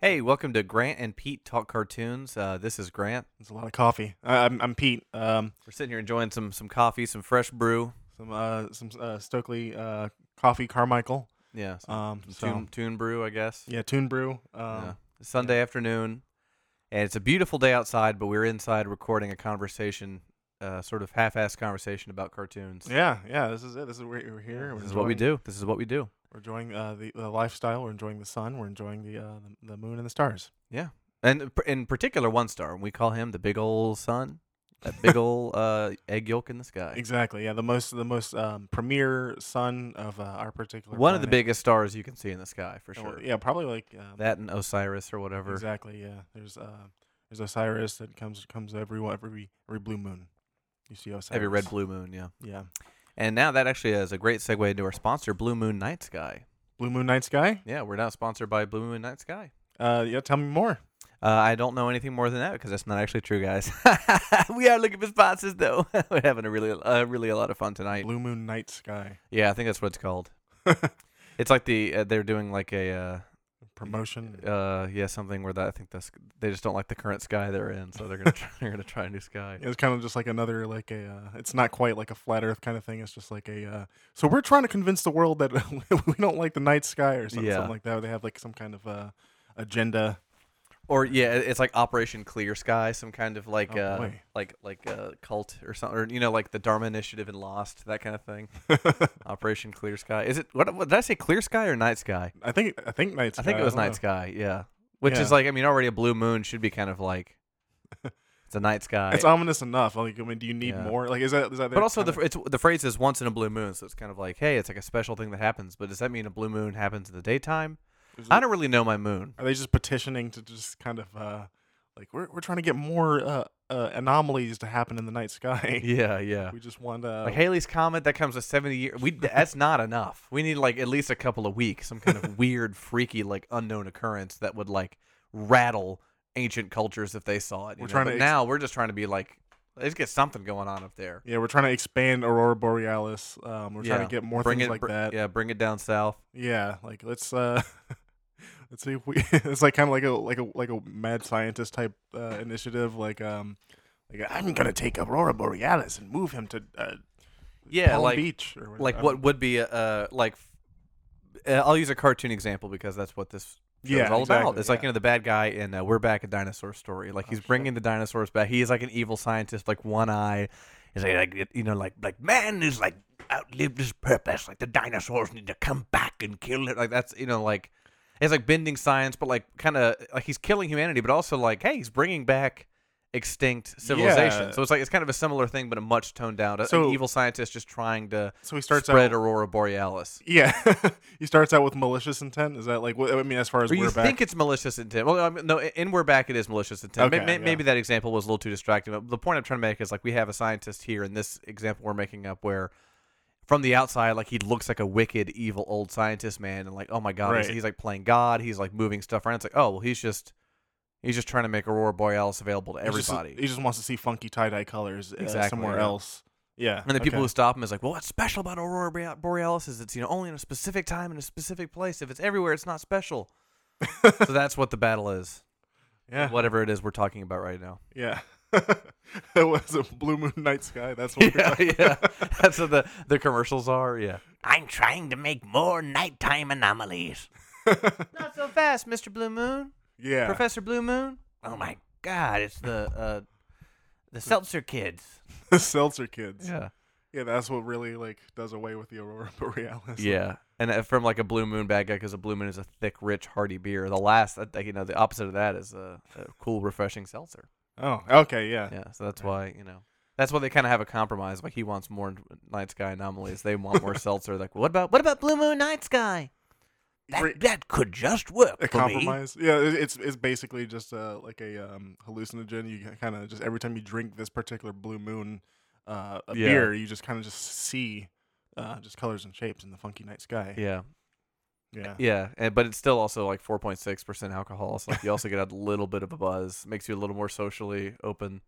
Hey, welcome to Grant and Pete Talk Cartoons. Uh, this is Grant. It's a lot of coffee. I, I'm, I'm Pete. Um, We're sitting here enjoying some some coffee, some fresh brew. some uh, some uh, Stokely uh, coffee Carmichael. Yeah, some, Um, some so tune, tune brew, I guess. yeah, Toon Brew. Um, Yeah. It's Sunday afternoon, and it's a beautiful day outside, but we're inside recording a conversation, uh, sort of half-assed conversation about cartoons. yeah, yeah. This is it. This is where we're here. We're This is what we enjoying- do. This is what we do. We're enjoying uh, the, the lifestyle. We're enjoying the sun. We're enjoying the uh, the, the moon and the stars. And p- in particular, one star. We call him the big ol' sun, that big ol' uh, egg yolk in the sky. Exactly. Yeah, the most the most um, premier sun of uh, our particular. One of the planet. biggest stars you can see in the sky for Uh, well, sure. Yeah, probably like um, That and Osiris or whatever. Exactly. Yeah. There's uh, there's Osiris that comes comes every one- every every blue moon. You see Osiris. Every red blue moon, yeah. Yeah. And now that actually is a great segue into our sponsor, Blue Moon Night Sky. Blue moon night sky. Yeah, we're now sponsored by Blue Moon Night Sky. Uh, yeah, tell me more. Uh, I don't know anything more than that because that's not actually true, guys. we are looking for sponsors, though. we're having a really, uh, really a lot of fun tonight. Blue Moon Night Sky Yeah, I think that's what it's called. It's like the uh, they're doing like a promotion. uh, uh, yeah something where that I think that's they just don't like the current sky they're in, so they're gonna try, they're gonna try a new sky. It's kind of just like another like a. Uh, it's not quite like a flat Earth kind of thing. It's just like a. Uh, so we're trying to convince the world that we don't like the night sky or something, Yeah. something like that. They have like some kind of uh, agenda. Or yeah, it- it's like Operation Clear Sky, some kind of like Oh, uh, boy. like like uh, cult or something, or you know like the Dharma Initiative in Lost, that kind of thing. Operation Clear Sky. Is it what, what did I say? Clear Sky or Night Sky? I think I think night. Sky, I think it was don't know. Night Sky. Yeah, which is Yeah. like I mean already a blue moon should be kind of like it's a night sky. It's ominous enough. Like I mean, do you need Yeah. more? Like is that is that? but also the fr- it's, the phrase is once in a blue moon, so it's kind of like hey, it's like a special thing that happens. But does that mean a blue moon happens in the daytime? I don't really know my moon. Are they just petitioning to just kind of uh, like we're we're trying to get more uh, uh, anomalies to happen in the night sky? Yeah, yeah. We just want uh, Like Haley's comet that comes with seventy years. We that's not enough. We need like at least a couple of weeks, some kind of weird, freaky, like unknown occurrence that would like rattle ancient cultures if they saw it. you We're know? trying But to ex- now we're just trying to be like, let's get something going on up there. Yeah, we're trying to expand Aurora Borealis. Um, we're trying Yeah. to get more bring things it, like br- that. Yeah. Yeah, bring it down south. like let's uh, let's see if we. it's like kind of like a like a like a mad scientist type uh, initiative. Like um, like I'm gonna take Aurora Borealis and move him to uh, Yeah, Palm like Beach or whatever. like I what don't- would be a uh, like. Uh, I'll use a cartoon example because that's what this show Yeah, is all about. exactly, It's like yeah. Oh, you know the bad guy in uh, We're Back a Dinosaur Story. Like he's shit. bringing the dinosaurs back. He is like an evil scientist, like one eye. He's like, like you know, like like man is like outlived his purpose. Like the dinosaurs need to come back and kill it. Like that's you know like it's like bending science, but like kind of like he's killing humanity, but also like hey, he's bringing back extinct civilization. Yeah. So it's like it's kind of a similar thing, but a much toned down. a- So- an evil scientist just trying to So he starts spread out. aurora borealis. yeah, he starts out with malicious intent. Is that like what I mean? As far as Or you we're back, think it's malicious intent? Well, I mean, no, in we're back it is malicious intent. May- Okay, may- yeah. Maybe that example was a little too distracting. But the point I'm trying to make is like we have a scientist here in this example we're making up where. From the outside, like he looks like a wicked, evil old scientist man, and like, oh my god, he's, Right. he's like playing God. He's like moving stuff around. It's like, oh well, he's just, he's just trying to make Aurora Borealis available to he just- everybody. he just, wants to see funky tie dye colors uh, Exactly, somewhere yeah. else. Yeah, And the people okay. who stop him is like, well, what's special about Aurora Bre- Borealis is it's you know only in a specific time in a specific place. If it's everywhere, it's not special. so that's what the battle is. yeah, Whatever it is we're talking about right now. Yeah. it was a blue moon night sky. That's what we're Yeah, yeah. That's what the the commercials are. Yeah. I'm trying to make more nighttime anomalies. not so fast, Mr. Blue Moon. Yeah. Professor Blue Moon. Oh my God! It's the uh, the Seltzer Kids. the Seltzer kids. Yeah. Yeah. that's what really like does away with the Aurora Borealis. Yeah, and uh, from like a Blue Moon bad guy because a Blue Moon is a thick, rich, hearty beer. The last, uh, like, you know, the opposite of that is a, a cool, refreshing seltzer. Oh, okay, yeah. Yeah, so that's why you know that's why they kind of have a compromise. Like he wants more Night Sky anomalies. They want more seltzer. Like what about what about Blue Moon Night Sky? Great- that could just work A compromise. Yeah, it- it's it's basically just uh, like a um, hallucinogen. You kind of just every time you drink this particular blue moon uh, a Yeah. beer, you just kind of just see uh, just colors and shapes in the funky night sky. Yeah, Yeah. yeah, and, but it's still also like 4.6 percent alcohol. So like you also get a little bit of a buzz. Makes you a little more socially open,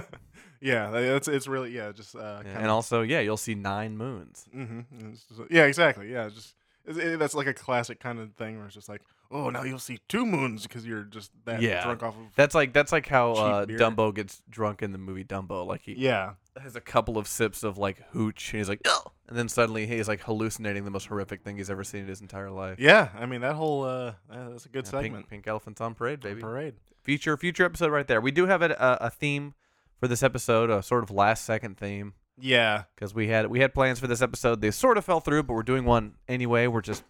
Yeah, that's it's really yeah, just uh, Yeah, kinda and also yeah, you'll see nine moons. Mm-hmm. Yeah, exactly. Yeah, just It's- it- that's like a classic kind of thing where it's just like, oh, now you'll see two moons because you're just that Yeah. drunk off of. That's like that's like how Cheap uh, beer. Dumbo gets drunk in the movie Dumbo. Like he yeah, has a couple of sips of like hooch, and he's like, no, and then suddenly he's like hallucinating the most horrific thing he's ever seen in his entire life. yeah. I mean that whole uh, uh, that's a good Yeah, segment. Pink, pink elephants on parade, baby. Parade. Future future episode right there. We do have a, a, a theme for this episode, a sort of last second theme. Yeah, because we had we had plans for this episode. They sort of fell through, but we're doing one anyway. We're just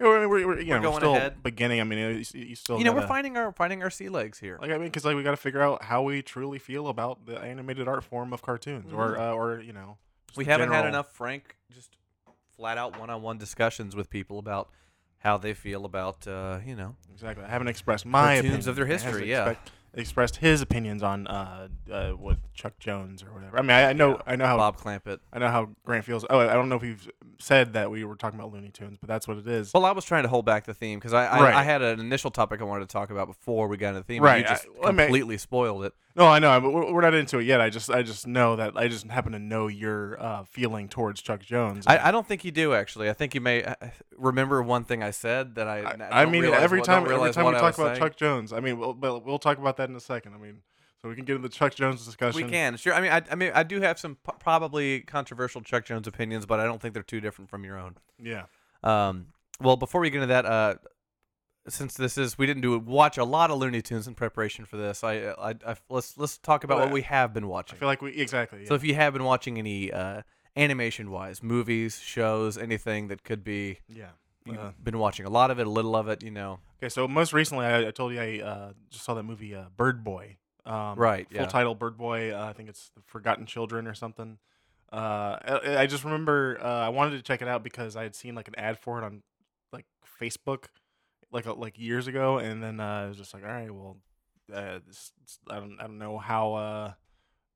Yeah, we're, we're, we're, you know, we're going still ahead. beginning. I mean, you, s- you still you know we're gotta- finding our finding our sea legs here. Like I mean, because like we got to figure out how we truly feel about the animated art form of cartoons, or uh, or you know, just Mm-hmm. we the haven't had general- enough frank, just flat out one on one discussions with people about how they feel about uh, you know Exactly, I haven't expressed my Cartoons of opinion. their I haven't history, yeah. expect- expressed his opinions on uh, uh what Chuck Jones or whatever. I mean, I, I know I know how Bob Clampett. I know how Grant feels. Oh, I don't know if you've said that we were talking about Looney Tunes, but that's what it is. Well, I was trying to hold back the theme because I I, Right. I had an initial topic I wanted to talk about before we got into the theme. Right, and you I- just well, I mean- completely spoiled it. No, I know, but we're, we're not into it yet. I just I just know that I just happen to know your uh, feeling towards Chuck Jones. I, I don't think you do actually. I think you may uh, remember one thing I said that I. I, n- I don't mean, realize every what- don't time, every realize time we what I was talk about saying. Chuck Jones, I mean, we'll, but we'll talk about that in a second. I mean, so we can get into the Chuck Jones discussion. We can sure. I mean, I, I mean, I do have some p- probably controversial Chuck Jones opinions, but I don't think they're too different from your own. Yeah. Um, well, before we get into that, uh, since this is we didn't do watch a lot of Looney Tunes in preparation for this, I, I, I let's let's talk about what we have been I watching. feel like we exactly. So yeah. if you have been watching any uh, animation wise movies, shows, anything that could be, yeah. you've Uh, been watching a lot of it, a little of it, you know. okay, so most recently, I, I told you I uh, just saw that movie uh, Bird Boy. Um, Right, Full yeah. title Bird Boy. Uh, I think it's the Forgotten Children or something. Uh, I, I just remember uh, I wanted to check it out because I had seen like an ad for it on like Facebook, like a, like years ago, and then uh, I was just like, all right, well, uh, this, this- I don't I don't know how uh,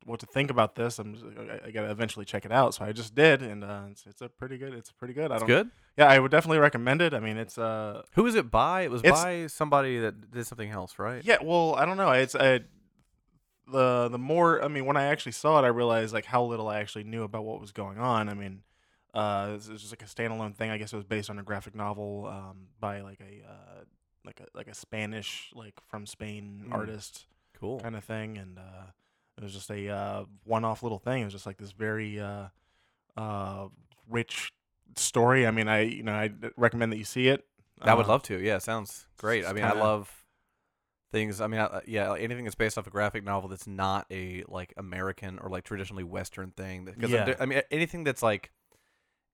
what to think about this. I'm just, I, I gotta eventually check it out, so I just did, and uh, it's, it's a pretty good. It's pretty good. I It's don't. good. Yeah, I would definitely recommend it. I mean, it's uh, Who is it by? It was It's- by somebody that did something else, right? Yeah, well, I don't know. It's uh, the the more I mean, when I actually saw it, I realized like how little I actually knew about what was going on. I mean, uh, it's, it's just like a standalone thing. I guess it was based on a graphic novel um, by like a uh, like a like a Spanish like from Spain Mm. artist Cool. kind of thing, and uh, it was just a uh, one-off little thing. It was just like this very uh, uh, rich story. I mean, I you know I recommend that you see it. I would Uh, love to. Yeah, it sounds great. I just mean, I kinda- love things. I mean, I, yeah, like anything that's based off a graphic novel that's not a like American or like traditionally Western thing. Because Yeah. I mean, anything that's like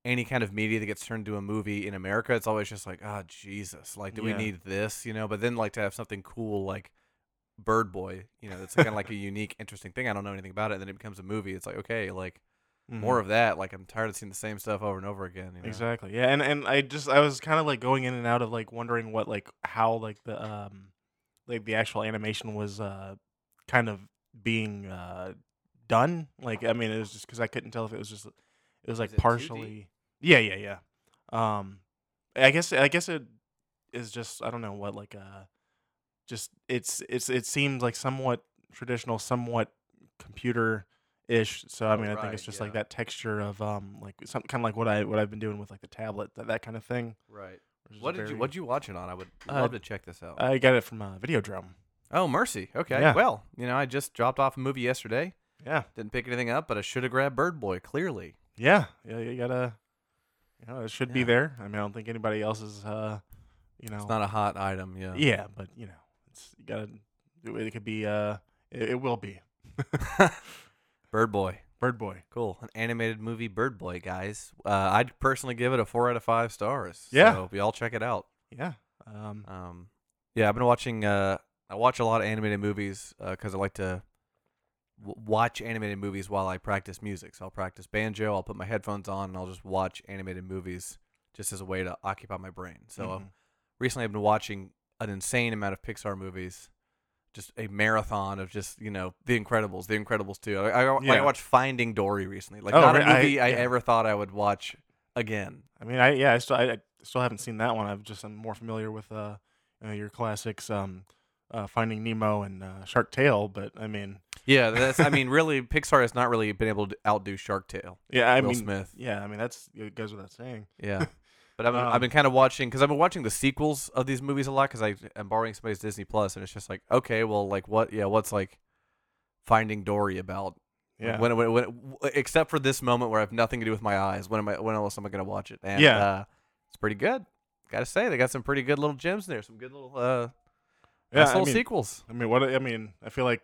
any kind of media that gets turned into a movie in America, it's always just like, ah, Jesus, like, do Yeah. we need this? You know. But then like to have something cool like Bird Boy, you know, that's kind of like a unique, interesting thing. I don't know anything about it. And then it becomes a movie. It's like, okay, like Mhm. more of that. Like I'm tired of seeing the same stuff over and over again. You know? Exactly. Yeah, and and I just I was kind of like going in and out of like wondering what like how like the um like the actual animation was uh kind of being uh done. Like I mean, it was just because I couldn't tell if it was just it was like it 2D? partially. Yeah, yeah, yeah. Um, I guess I guess it is just I don't know what like uh just it's it's it seems like somewhat traditional, somewhat computer ish. So I Oh, mean, I think it's right, just yeah. like that texture of um like some kind of like what I what I've been doing with like the tablet that that kind of thing. Right. which is What did you very- What did you watch it on? I would Uh, love to check this out. I got it from uh, Videodrome. oh, mercy. Okay. yeah. Well, you know, I just dropped off a movie yesterday. Yeah, Didn't pick anything up, but I should have grabbed Bird Boy. Clearly. yeah, yeah. You gotta, you know, it should be Yeah. there. I mean, I don't think anybody else is, uh, you know, It's not uh, a hot item. Yeah. yeah, but you know, it's you gotta. It, it could be. Uh, it, it will be Bird Boy. Bird Boy. Cool. An animated movie, Bird Boy, guys. Uh, I'd personally give it a four out of five stars. Yeah. So we all check it out. Yeah. Um. Um, yeah, I've been watching. Uh, I watch a lot of animated movies because I like to w- watch animated movies while I practice music. So I'll practice banjo. I'll put my headphones on and I'll just watch animated movies just as a way to occupy my brain. So um, mhm. recently, I've been watching an insane amount of Pixar movies. Just a marathon of just you know The Incredibles, The Incredibles too. I, I, like, I Yeah. watched Finding Dory recently. Like Oh, not a right, I- movie I, yeah. ever thought I would watch again. I mean, I yeah, I still I, I still haven't seen that one. I've just I'm more familiar with uh, you know, your classics, um, uh, Finding Nemo and uh, Shark Tale. But I mean, Yeah, that's. I mean, really, Pixar has not really been able to outdo Shark Tale. yeah, I Will mean, Smith. yeah, I mean that's it goes without saying. Yeah. But I've been, I've Um, been kind of watching because I've been watching the sequels of these movies a lot because I am borrowing somebody's Disney Plus, and it's just like, okay, well, like what? Yeah, what's like Finding Dory about? Like, Yeah. When, when, when, w- except for this moment where I have nothing to do with my eyes. When am I? When else am I going to watch it? And, Yeah. Uh, it's pretty good. Gotta say, they got some pretty good little gems in there. Some good little uh, yeah, nice I little mean, sequels. I mean, what? I mean, I feel like,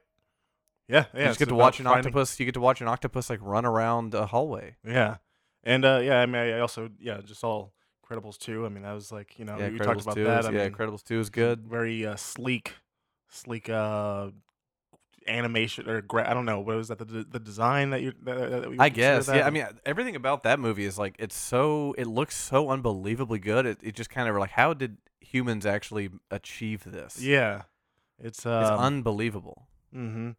yeah, yeah. you it's just get to about watch an finding- octopus. You get to watch an octopus like run around a hallway. Yeah, and uh, yeah, I mean, I also yeah, just all Credibles too. I mean, that was like Oh, you know yeah, we Incredibles talked about 2 that. is- I yeah, mean, Incredibles two is good. very uh, sleek, sleek uh, animation or gra- I don't know what was that the, d- the design that you that, that that we I would consider guess. that? Yeah. I mean, uh, everything about that movie is like it's so it looks so unbelievably good. It, it just kind of like how did humans actually achieve this? yeah, it's um, it's unbelievable. Mm-hmm.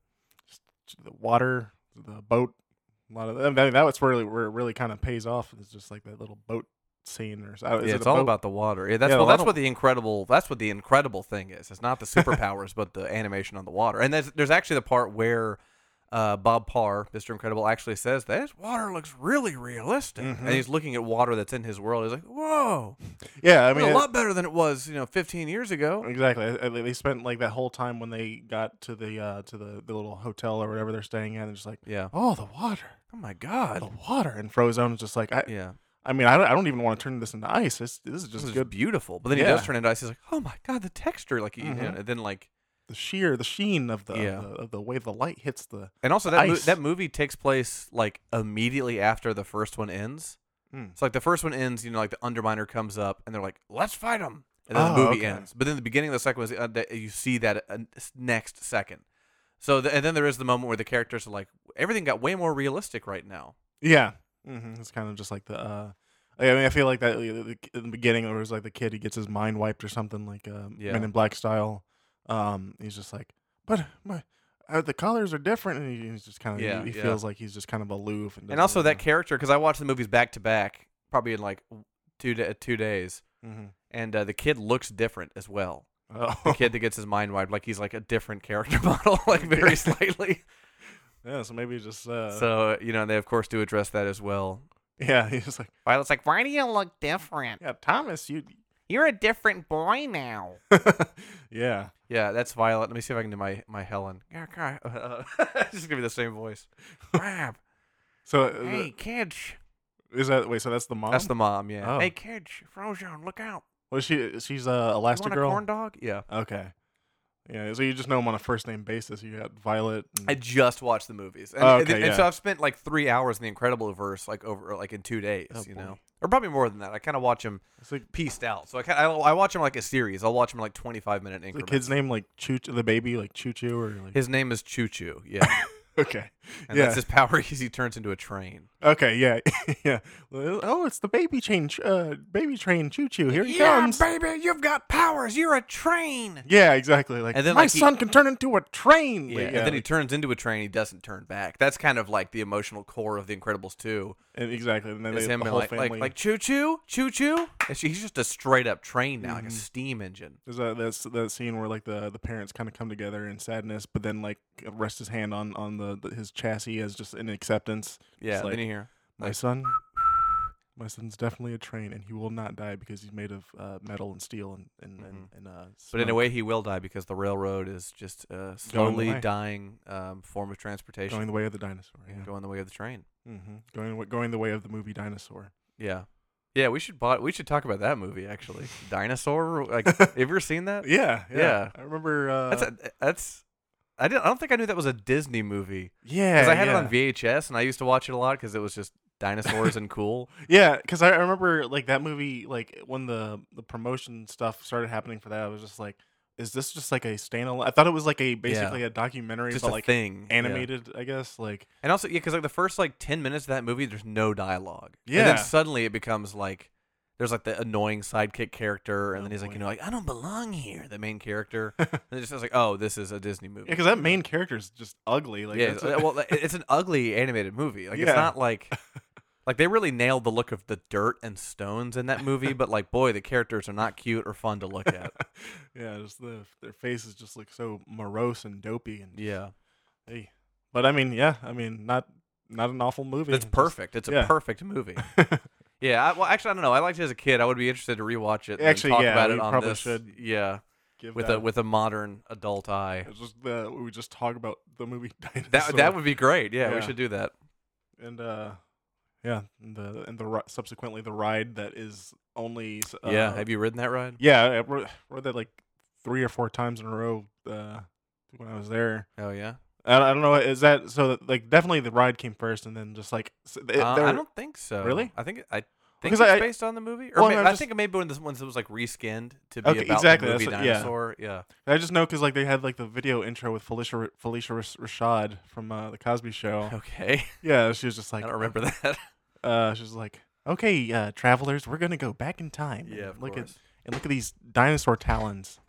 the water, the boat, a lot of I mean, that was really where it really kind of pays off. It's just like that little boat scene or uh, so. Yeah, it's all about the water. Yeah, that's Yeah, well, the that's water- what the incredible that's what the incredible thing is. It's not the superpowers, but the animation on the water. And there's there's actually the part where uh, Bob Parr, Mr. Incredible, actually says this water looks really realistic, Mhm. and he's looking at water that's in his world. He's like, "Whoa, yeah. I I mean, mean, a it- lot better than it was, you know, 15 years ago." Exactly. I- I- They spent like that whole time when they got to the uh, to the, the little hotel or whatever they're staying at, and just like, Yeah. oh, the water, Oh my the god. water, and Frozone is just like, I, Yeah. I mean, I don't, I don't even want to turn this into ice. This, this is This just is good. beautiful. But then he Yeah. does turn into ice. He's like, "Oh my god, the texture!" Like, you know, Mhm. and then like, The sheer, the sheen of the, Yeah. of the of the way the light hits the. and also that mo- Ice. that movie takes place like immediately after the first one ends. Mm. So like the first one ends, you know, like the underminer comes up and they're like, "Let's fight him," and then the Oh, movie okay. ends. But then the beginning of the second one, is, uh, that you see that uh, s- next second. So the, and then there is the moment where the characters are like, "Everything got way more realistic right now." Yeah, hmm it's kind of just like the. Uh, I mean, I feel like that uh, the- in the beginning there was like the kid who gets his mind wiped or something like um, Yeah. Men in Black style. Um, he's just like, but my. Uh, the colors are different, and he- he's just kind of Yeah, he, yeah. feels like he's just kind of aloof, and, and also that character because I watched the movies back to back, probably in like two da two days, mm and uh, the kid looks different as well. Oh, The kid that gets his mind wiped, like he's like a different character model, like very slightly. yeah. So maybe just uh, so you know they of course do address that as well. yeah. He's like, Violet's like, why do you look different? yeah, Thomas, you, You're a different boy now. yeah, Yeah, that's Violet. Let me see if I can do my my Helen. Yeah, okay. Uh, just give me the same voice. Crap. So uh, the- Hey, kids. is that wait? So that's the mom. That's the mom. Yeah. Oh. Hey, kids. Frozone, look out. Was she? She's uh, You want a Elastigirl. corn dog? Yeah. okay. Yeah. So you just know them on a first name basis. You got Violet. And, I just watched the movies, and, Oh, okay, and- and so yeah. I've spent like three hours in the Incredible verse, like over like in two days, Oh, you boy. know, or probably more than that. I kind of watch them it's like pieced out, so I kind I, I watch them like a series. I'll watch them like twenty five minute is the increments. kid's name like Choo, the baby like Choo Choo or like. his name is Choo Choo, yeah, okay. and yeah. that's his power. Is he turns into a train? okay. Yeah. yeah. Well, Oh, it's the baby train. Ch- Uh, baby train Choo Choo. Here he comes. baby, you've got powers. You're a train. yeah. Exactly. Like And then, my like, he- son can turn into a train. Yeah, and then he turns into a train. He doesn't turn back. That's kind of like the emotional core of the Incredibles too. and exactly. And then Is they, him the being whole like, family. like like Choo Choo, Choo Choo. And she- He's just a straight up train now, Mm-hmm. like a steam engine. There's that that's that scene where like the the parents kind of come together in sadness, but then like rests his hand on on the, the his chassis as just in acceptance. Yeah, It's like, then you hear. My like- son, my son's definitely a train, and he will not die because he's made of uh, metal and steel and and and, and uh. Mm-hmm. But in a smoke way, he will die because the railroad is just a slowly way. dying um, form of transportation, going the way of the dinosaur. and Yeah. going the way of the train. hmm Going the way- going the way of the movie dinosaur. Yeah, yeah. We should bought, we should talk about that movie actually. Dinosaur. Like, have you ever seen that? Yeah, yeah. Yeah. I remember. Uh, That's a, that's. I didn't. I don't think I knew that was a Disney movie yeah, because I had yeah. it on VHS and I used to watch it a lot because it was just dinosaurs and cool. Yeah, because I I remember like that movie, like when the the promotion stuff started happening for that, I was just like, is this just like a standalone? I thought it was like a basically a documentary, Just but a like thing. yeah. animated, I guess. Like, And also, yeah, because like the first like ten minutes of that movie, there's no dialogue. And Yeah. then suddenly it becomes like there's like the annoying sidekick character, and Oh, then he's like, boy. you know, like I don't belong here. The main character. and it just I was like, oh, this is a Disney movie. yeah, because that main character is just ugly. Like, yeah. that's uh, what- well, like, it's an ugly animated movie. Like Yeah. it's not like. Like they really nailed the look of the dirt and stones in that movie, but like, boy, the characters are not cute or fun to look at. yeah, just the their faces just look so morose and dopey, and Yeah, hey. but I mean, yeah, I mean, not not an awful movie. that's just- perfect. It's a yeah. perfect movie. Yeah, I, well, actually, I don't know. I liked it as a kid. I would be interested to rewatch it. And Actually, talk yeah, about we it on probably this. should. Yeah, Give with that a with a modern adult eye. It's just the we just talk about the movie Dinosaur. That that would be great. Yeah, Yeah. we should do that. and uh, yeah, and the and the ri- subsequently the ride that is only s- uh, yeah, have you ridden that ride? yeah I rode, rode that like three or four times in a row uh, when I was there. Oh yeah. I, I don't know is that so like definitely the ride came first and then just like s- th- Uh, there- I don't think so. Really? I think I think Because it's I- based on the movie. Or Well, may- no, I just- think it maybe when this once it was like reskinned to be Okay, about exactly, the that's movie what- yeah. dinosaur. Yeah. I just know because like they had like the video intro with Felicia Ra- Felicia Ras- Rashad from uh, the Cosby Show. Okay. yeah, she was just like I don't remember that. Uh, she was like, "Okay, uh, travelers, we're gonna go back in time. yeah, of and look course. at and look at these dinosaur talons."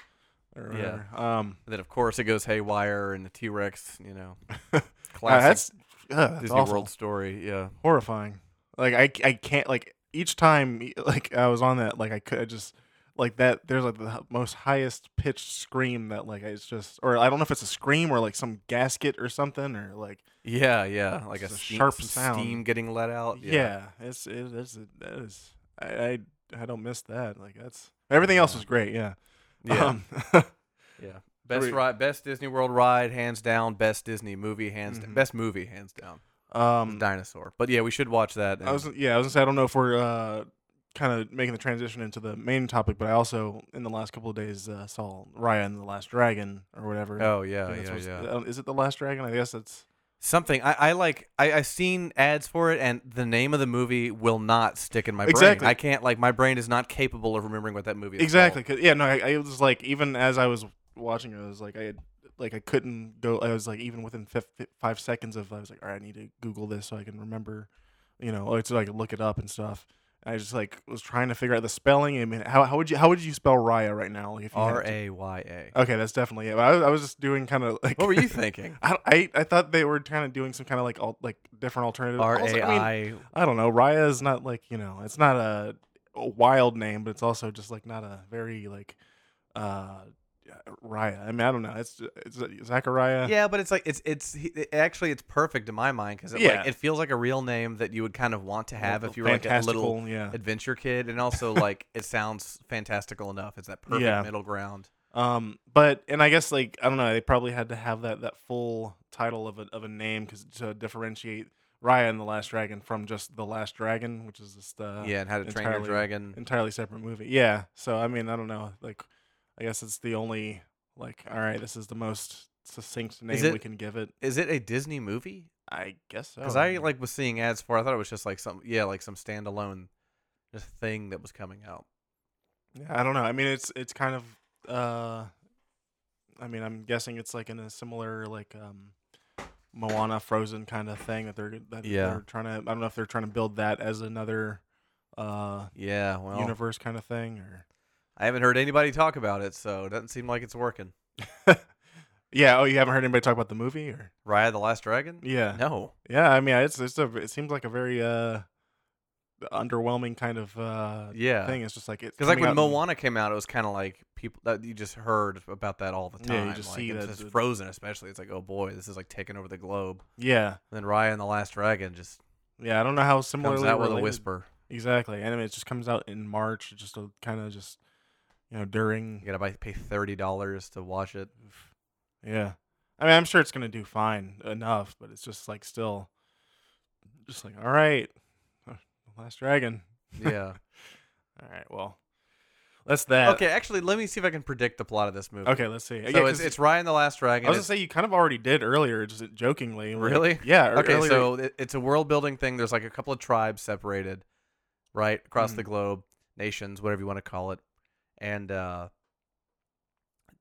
Or Yeah. whatever. Um, And then of course it goes haywire and the T Rex. You know, uh, classic that's uh, that's Disney awful. World story. Yeah. horrifying. Like I, c- I can't like each time e- like I was on that like I could I just like that there's like the h- most highest pitched scream that like it's just or I don't know if it's a scream or like some gasket or something or like Yeah, yeah, like a, It's a steam, sharp some sound. steam getting let out. yeah, it's it is that is I, I I don't miss that like that's everything else Yeah. was great yeah yeah, Um, yeah. Best we- ride, best Disney World ride, hands down. Best Disney movie, hands down. Mhm. Best movie, hands down. was Um, Dinosaur. But yeah, we should watch that. I was yeah, I was gonna say I don't know if we're uh, kind of making the transition into the main topic, but I also in the last couple of days uh, saw Raya and the Last Dragon or whatever. oh yeah, I think that's yeah, what's- yeah. uh, Is it the Last Dragon? I guess it's Something I, I like. I I seen ads for it, and the name of the movie will not stick in my Exactly. brain. I can't like my brain is not capable of remembering what that movie is. exactly. called. 'cause- yeah, no, I, I was like even as I was watching it, I was like I had, like I couldn't go. I was like even within fif- five seconds of I was like all right, I need to Google this so I can remember, you know, or so I can look it up and stuff. And I just like was trying to figure out the spelling. I mean, how, how would you how would you spell Raya right now? Like if you had R to- A Y A. Okay, that's definitely it. But I, I was just doing kind of like. What were you thinking? I, I I thought they were kind of doing some kind of like all like different alternative. R also, A I mean, I. I don't know. Raya is not like you know, it's not a, a wild name, but it's also just like not a very like uh Raya. I mean, I don't know. It's it's uh, Zachariah. Yeah, but it's like it's it's he- it- actually it's perfect in my mind because it, Yeah. like, it feels like a real name that you would kind of want to have if you were like a fantastical. little yeah. adventure kid, and also like it sounds fantastical enough. It's that perfect Yeah. middle ground. Um, but and I guess like I don't know, they probably had to have that that full title of a of a name because to differentiate Raya and the Last Dragon from just the Last Dragon, which is just uh, yeah, and how to train your entirely- dragon. entirely separate movie. Yeah, so I mean I don't know, like I guess it's the only like all right, this is the most succinct name it- we can give it. Is it a Disney movie? I guess so. Because I mean, like was seeing ads for. it. I thought it was just like some yeah, like some standalone just thing that was coming out. yeah, I don't know. I mean it's it's kind of uh, I mean I'm guessing it's like in a similar like um. Moana Frozen kind of thing that they're that Yeah. they're trying to. I don't know if they're trying to build that as another uh, Yeah, well, universe kind of thing or I haven't heard anybody talk about it, so it doesn't seem like it's working. yeah. Oh, you haven't heard anybody talk about the movie or Raya the Last Dragon? yeah. No. Yeah, I mean, it's it's a it seems like a very uh underwhelming kind of uh Yeah. thing. It's just like it's Because like coming when out in- Moana came out, it was kind of like people that you just heard about that all the time. Yeah, you just like, see it's that just the- Frozen, especially. It's like, oh boy, this is like taking over the globe. Yeah, And then Raya and the Last Dragon just yeah. I don't know how comes similarly out with a related- whisper. Exactly, and I mean, it just comes out in March, just a kind of just you know during. You gotta buy, pay thirty dollars to watch it. Yeah, I mean, I'm sure it's gonna do fine enough, but it's just like still, just like all right, Last Dragon. Yeah. All right, well, that's that. okay, actually, let me see if I can predict the plot of this movie. Okay, let's see. So it's, 'cause it's Raya and the Last Dragon. I was gonna It's- say you kind of already did earlier, just jokingly. like- Really? Yeah. ear- okay, earlier- so it, it's a world building thing. There's like a couple of tribes separated, right across Mm. the globe, nations, whatever you want to call it, and uh,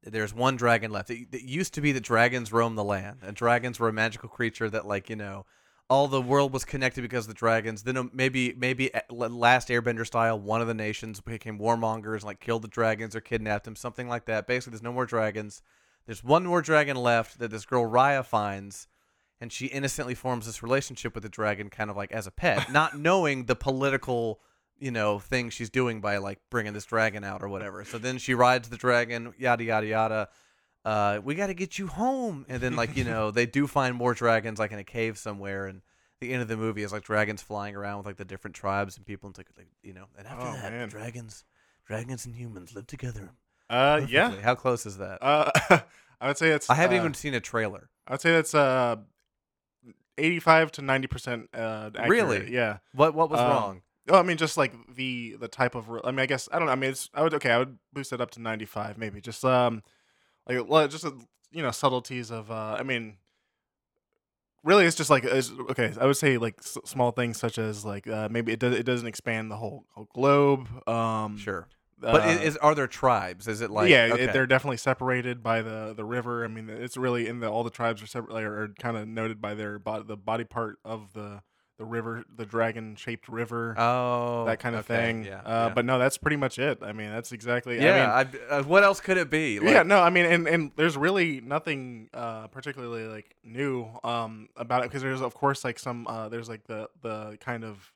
there's one dragon left. It, it used to be that dragons roamed the land, and dragons were a magical creature that, like you know, all the world was connected because of the dragons. Then uh, maybe maybe at l- last Airbender style, one of the nations became warmongers and like killed the dragons or kidnapped them, something like that. Basically, there's no more dragons. There's one more dragon left that this girl Raya finds, and she innocently forms this relationship with the dragon, kind of like as a pet, not knowing the political you know thing she's doing by like bringing this dragon out or whatever. So then she rides the dragon, yada yada yada. Uh, we got to get you home, and then like you know they do find more dragons like in a cave somewhere, and the end of the movie is like dragons flying around with like the different tribes and people and like, like you know and after Oh, that man. dragons dragons and humans live together Uh, yeah. perfectly. how close is that Uh, I would say it's. i haven't uh, even seen a trailer I would say that's uh, eighty-five to ninety percent. Uh, accurate. Really? Yeah. what what was um, wrong Oh, I mean, just like the the type of. ro- I mean, I guess I don't. know. I mean, it's. I would okay. I would boost it up to ninety-five, maybe. Just um, like well, just uh, you know subtleties of. Uh, I mean, really, it's just like it's, okay. I would say like s- small things such as like uh, maybe it does it doesn't expand the whole, whole globe. Um, sure but i- uh, is are there tribes is it like yeah, okay. it, they're definitely separated by the the river. I mean, it's really in the all the tribes are separate are, are kind of noted by their bo- the body part of the the river, the dragon shaped river, oh that kind of okay, thing. yeah, uh, yeah. But no, that's pretty much it. I mean, that's exactly. I mean, yeah I- uh, what else could it be yeah, Like, no, I mean, and, and there's really nothing uh, particularly like new um, about it because there's of course like some uh, there's like the the kind of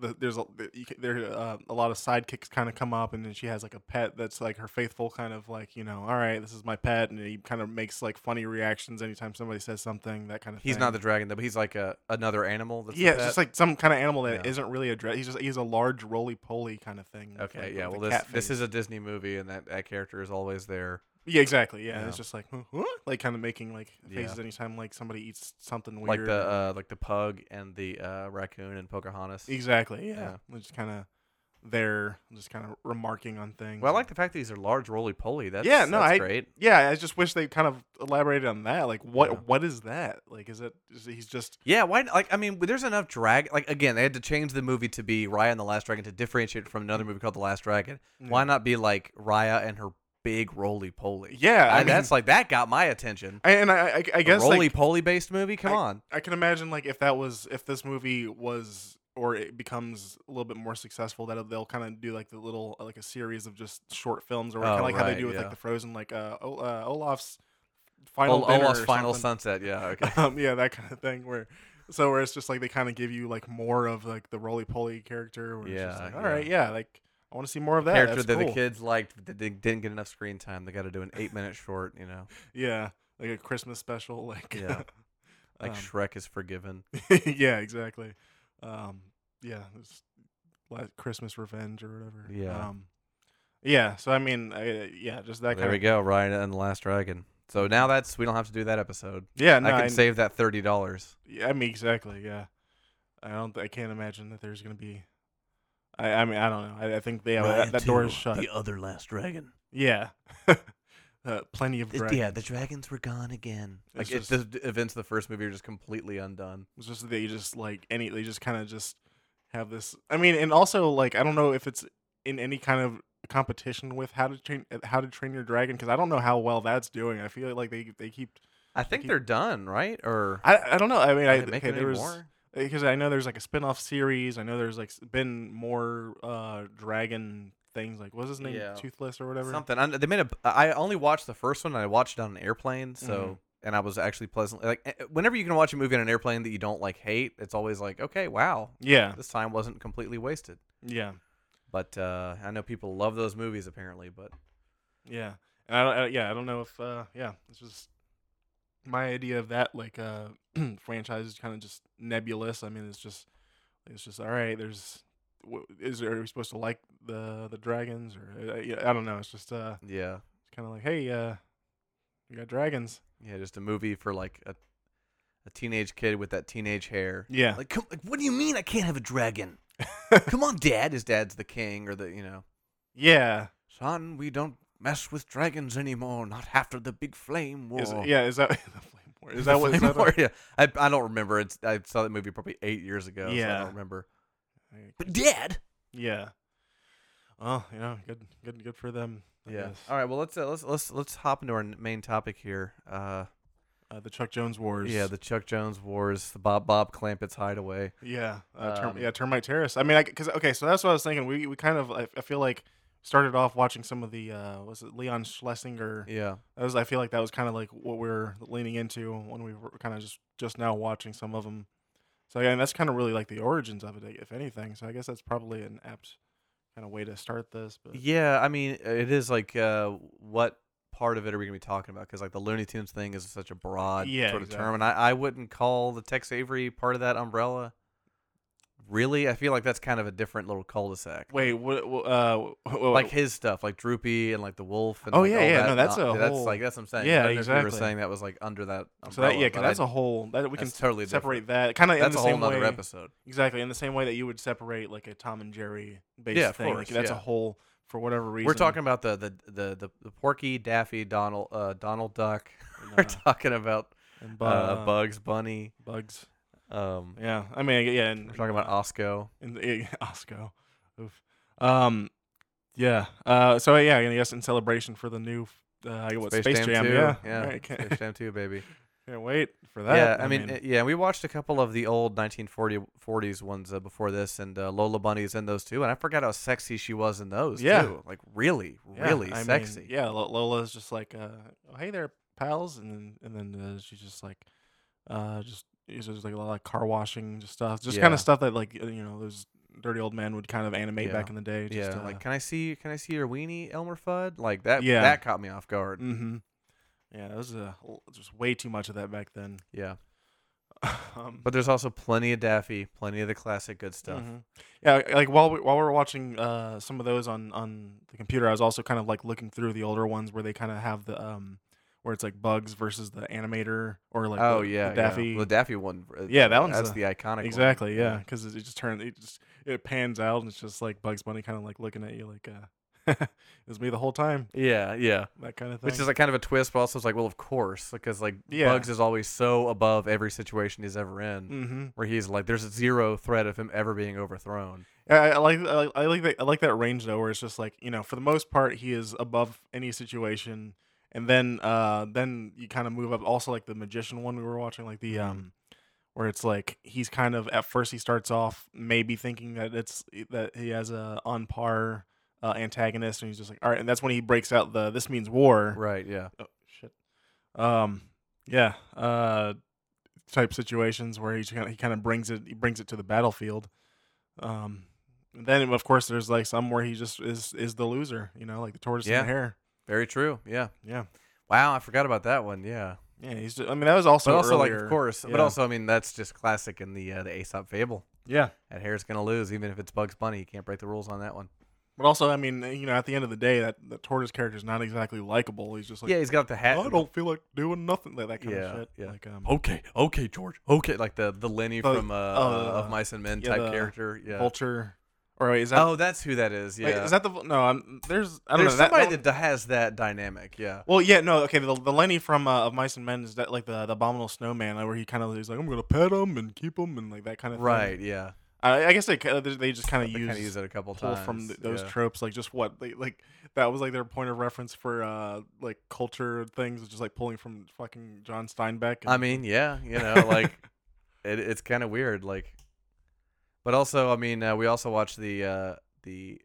the, there's a the- you, ca- there uh, a lot of sidekicks kind of come up and then she has like a pet that's like her faithful kind of like you know all right this is my pet and he kind of makes like funny reactions anytime somebody says something that kind of he's thing. not the dragon though but he's like a another animal that's yeah, it's just like some kind of animal that Yeah. not really a dra- He's just he's a large roly poly kind of thing. with, okay like, yeah with well a this cat this face. is a disney movie and that that character is always there Yeah, exactly. Yeah, and it's Yeah. just like "Huh, huh?" like kind of making like Yeah. faces anytime like somebody eats something weird. like the uh, like the pug and the uh, raccoon and Pocahontas. exactly. Yeah, yeah. We're just kind of there, just kind of remarking on things. Well, I and- like the fact that these are large roly poly. That's Yeah, no, that's I- great. Yeah, I just wish they kind of elaborated on that. Like, what Yeah. what is that? Like, is it is he's just Yeah, why? Like, I mean, there's enough drag. Like, again, they had to change the movie to be Raya and the Last Dragon to differentiate it from another movie called The Last Dragon. Why not be like Raya and her big roly poly? Yeah, I I- mean- that's like that got my attention. I- and I I, I guess like, roly poly based movie. Come on. I can imagine like if that was if this movie was or it becomes a little bit more successful that they'll kind of do like the little like a series of just short films or kind Oh, of like how they right, do with yeah. like the Frozen like uh, Ol- uh Olaf's final Ol- dinner Olaf's or Final something. Sunset. Yeah. Okay. um, yeah that kind of thing where so where it's just like they kind of give you like more of like the roly poly character where it's just Yeah, like, yeah. all right yeah like I want to see more of that Character That's that the cool. kids liked but that they didn't get enough screen time. They got to do an eight minute short. You know, yeah like a Christmas special like Yeah. like um, Shrek is forgiven. yeah, exactly. Um, yeah, it's like Christmas revenge or whatever. Yeah. Um, yeah. So I mean, I, yeah, just that there kind we of. go, Ryan and the Last Dragon. So now that's we don't have to do that episode. Yeah, no, I can I, save that thirty dollars. yeah, I mean, exactly. Yeah, I don't. I can't imagine that there's gonna be. I, I mean, I don't know. I, I think they that, that door is shut. The other Last Dragon. Yeah. uh, plenty of dragons. Yeah, the dragons were gone again. It's like if the d- events of the first movie are just completely undone. It's just they just like any they just kind of just have this. I mean, and also like I don't know if it's in any kind of competition with how to train uh, how to train your dragon because I don't know how well that's doing. I feel like they they keep. I think keep- they're done, right? Or I, I don't know. I mean, I are they making okay, there any was more? because I know there's like a spin-off series. I know there's like s- been more uh dragon things. Like what's his name, Yeah. Toothless or whatever. Something. I, they made a. I only watched the first one. and I watched it on an airplane, so and I was actually pleasantly like. eh, eh, Whenever you can watch a movie on an airplane that you don't like hate, it's always like, okay, wow, Yeah, this time wasn't completely wasted. yeah, But uh, I know people love those movies apparently, but yeah. And I don't. I, yeah, I don't know if. uh Yeah, it's just my idea of that like uh franchise is kind of just nebulous. I mean, it's just it's just all right. There's wh- is there, are we supposed to like the the dragons or uh, yeah, I don't know. It's just uh yeah. kind of like hey uh we got dragons. Yeah, just a movie for like a a teenage kid with that teenage hair. Yeah, Like, come, like, what do you mean I can't have a dragon? come on, Dad. His dad's the king, or the you know, yeah. son. We don't mess with dragons anymore. Not after the big flame war. Is, yeah, is that the flame war? Is The that what? Is Flame that War, what yeah, I, I don't remember. It's I saw that movie probably eight years ago. so I Yeah. don't remember. Like, But Dad. yeah. Well, you know, good, good, good for them. I Yeah. guess. All right. Well, let's uh, let's let's let's hop into our n- main topic here. Uh, Uh, the Chuck Jones Wars. yeah, the Chuck Jones Wars, the Bob Bob Clampett's Hideaway. Yeah, uh, term, Um, yeah, termite terrace. I mean, I because okay, so that's what I was thinking. We we kind of I, I feel like started off watching some of the uh was it Leon Schlesinger. Yeah. That was I feel like that was kind of like what we're leaning into when we were kind of just just now watching some of them. So yeah, and that's kind of really like the origins of it, if anything. So I guess that's probably an apt kind of way to start this. But Yeah, I mean, it is like uh, what part of it are we going to be talking about? Because like the Looney Tunes thing is such a broad Yeah, sort of term, and I, I wouldn't call the Tex Avery part of that umbrella. Really, I feel like that's kind of a different little cul-de-sac. Wait, what? wh- Uh, wh- wh- like his stuff, like Droopy and like the wolf. And Oh, like, yeah, all yeah, that no, that's not- a that's whole- like that's what I'm saying. Yeah, I don't know if You exactly. were saying that was like under that. Umbrella, so that yeah, because but that's I- a whole that we can that's totally different. separate that kind of in that's the a whole same nother way. episode. Exactly, in the same way that you would separate like a Tom and Jerry based Yeah, of thing. course, like, that's yeah. a whole for whatever reason. We're talking about the the the the, the Porky, Daffy, Donald, uh, Donald Duck. and, We're uh, talking about and bu- uh, uh, Bugs Bunny. bugs. Um, Yeah, I mean, yeah, and, we're talking about Osco. in the, yeah, Osco. Oof. Um, yeah. Uh, so yeah, I guess in celebration for the new uh, what, Space, Jam. 2. yeah, yeah. Right, can't, Space Jam Two, baby. can't wait for that. yeah, I, mean, uh, yeah. We watched a couple of the old 1940 40s ones uh, before this, and uh, Lola Bunny's in those too. And I forgot how sexy she was in those Yeah. too. Like really, yeah, really I mean, sexy. yeah, Lo- Lola's just like, uh, oh, hey there, pals, and then and then uh, she's just like, uh, just it's just like a lot of car washing just stuff, just kind Yeah. of stuff that like uh, you know those dirty old men would kind of animate Yeah. back in the day. Just, yeah, uh, like can I see can I see your weenie, Elmer Fudd? Like that. Yeah. that caught me off guard. Mm-hmm. Yeah, that was uh, l- just way too much of that back then. Yeah, um, but there's also plenty of Daffy, plenty of the classic good stuff. Mhm. Yeah, like while we, while we were watching uh, some of those on on the computer, I was also kind of like looking through the older ones where they kind of have the um where it's like bugs versus the animator or like oh the, yeah, the yeah. Daffy. Well, the Daffy one. uh, Yeah, that one's that's a- the iconic. one. exactly, yeah, because it, it just turns it just it pans out and it's just like Bugs Bunny kind of like looking at you like uh, it was me the whole time Yeah, yeah. that kind of thing. Which is like kind of a twist, but also it's like, well, of course, because like Yeah. Bugs is always so above every situation he's ever in, Mm-hmm. where he's like, there's zero threat of him ever being overthrown. Yeah, I, I like I like- I like that I like that range though, where it's just like you know, for the most part, he is above any situation, and then uh, then you kind of move up. Also, like the magician one we were watching, like the Mhm. um, where it's like he's kind of at first he starts off maybe thinking that it's eh, that he has a on par uh, antagonist, and he's just like all right, and that's when he breaks out the this means war, Right? Yeah. oh shit um yeah uh type situations where he kind of, he kind of brings it he brings it to the battlefield um and then of course there's like some where he just is is the loser you know like the tortoise Yeah. and the hare Very true. Yeah. yeah Wow, I forgot about that one. Yeah. yeah he's just, i mean that was also But also, like, earlier. of course, but Yeah. also, I mean, that's just classic in the uh, the Aesop fable. yeah That hare's gonna lose, even if it's Bugs Bunny. You can't break the rules on that one. but also i mean you know at the end of the day that the tortoise character is not exactly likable he's just like yeah, he's got the hat. i don't feel like doing nothing like that kind Yeah, of shit yeah. like um Okay, okay, George. Okay, like the the Lenny The- from uh, uh, of Mice and Men yeah, type the character. Yeah. vulture or wait, is that Oh, that's who that is. Yeah. wait, is that the vul- no i'm there's i don't There's know somebody one- that, has that dynamic. Yeah. Well, yeah, no, okay. The, the Lenny from uh, of Mice and Men is that like the, the abominable snowman, like, where he kind of is like, I'm gonna pet him and keep him and like that kind of Right. Yeah. Thing. I, I guess they ca- they they just kind of They kind of use use it a couple pull times. from th those yeah. tropes, like just what they like that was like their point of reference for uh like culture things, just like pulling from fucking John Steinbeck. And, I mean, yeah, you know, like it, it's kind of weird, like. But also, I mean, uh, we also watched the uh, the,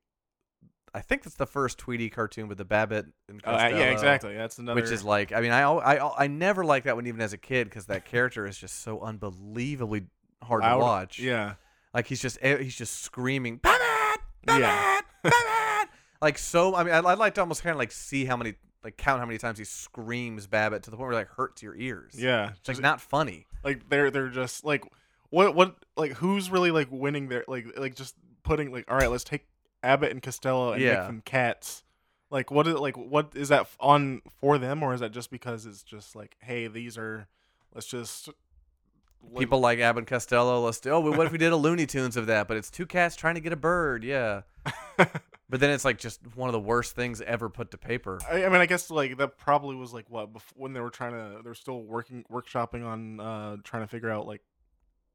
I think it's the first Tweety cartoon with the Babbitt and Uh, Costello, yeah, exactly. That's another. Which is like, I mean, I al- I al- I never liked that one even as a kid because that character is just so unbelievably hard loud- to watch. Yeah, like he's just eh, he's just screaming Babbitt, Babbitt, Yeah. Babbitt. Like so, I mean, I'd, I'd like to almost kind of like see how many, like count how many times he screams Babbitt to the point where it, like hurts your ears. yeah. it's like not funny. like they're they're just like what what like who's really like winning their like like just putting like all right let's take Abbott and Costello and Yeah. make them cats like what is like what is that f- on for them or is that just because it's just like hey these are let's just like, People like Abbott and Costello. Let's do. Oh, well, what if we did a Looney Tunes of that? But it's two cats trying to get a bird. Yeah. but then it's like just one of the worst things ever put to paper. I, I mean I guess like that probably was like what before, when they were trying to they were still working workshopping on uh trying to figure out like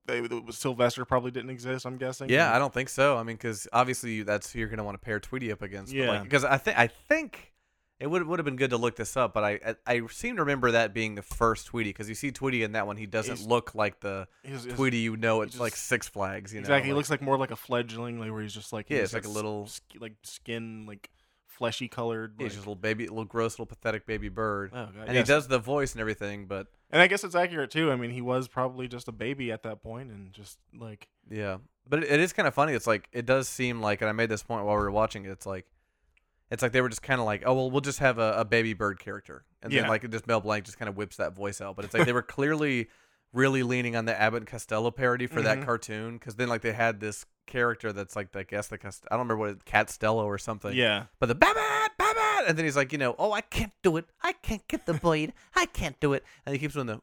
they, Sylvester probably didn't exist I'm guessing Yeah, I and- don't think so. I mean, because obviously that's who you're going to want to pair Tweety up against. Yeah. Because I think I think it would would have been good to look this up, but I I, I seem to remember that being the first Tweety because you see Tweety in that one, he doesn't He's- look like the his- his- Tweety you know. It's just- like Six Flags. You exactly. Know, he looks like more like a fledgling, like where he's just like Yeah, it's he's like a s- little- sk- like skin, like fleshy colored. he's Like, just a little baby, little gross, little pathetic baby bird. oh god, and yes. he does the voice and everything, but And I guess it's accurate too. I mean, he was probably just a baby at that point, and just like Yeah, but it, it is kind of funny. It's like it does seem like, and I made this point while we were watching it. It's like It's like they were just kind of like, oh well, we'll just have a, a baby bird character, and then Yeah. like just Mel Blanc just kind of whips that voice out. But it's like they were clearly really leaning on the Abbott and Costello parody for that Mhm. cartoon because then like they had this character that's like I guess the Cost- I don't remember what it, Catstello or something. yeah. But the Babette, Babette, and then he's like, you know, oh I can't do it, I can't get the blade, I can't do it, and he keeps doing the.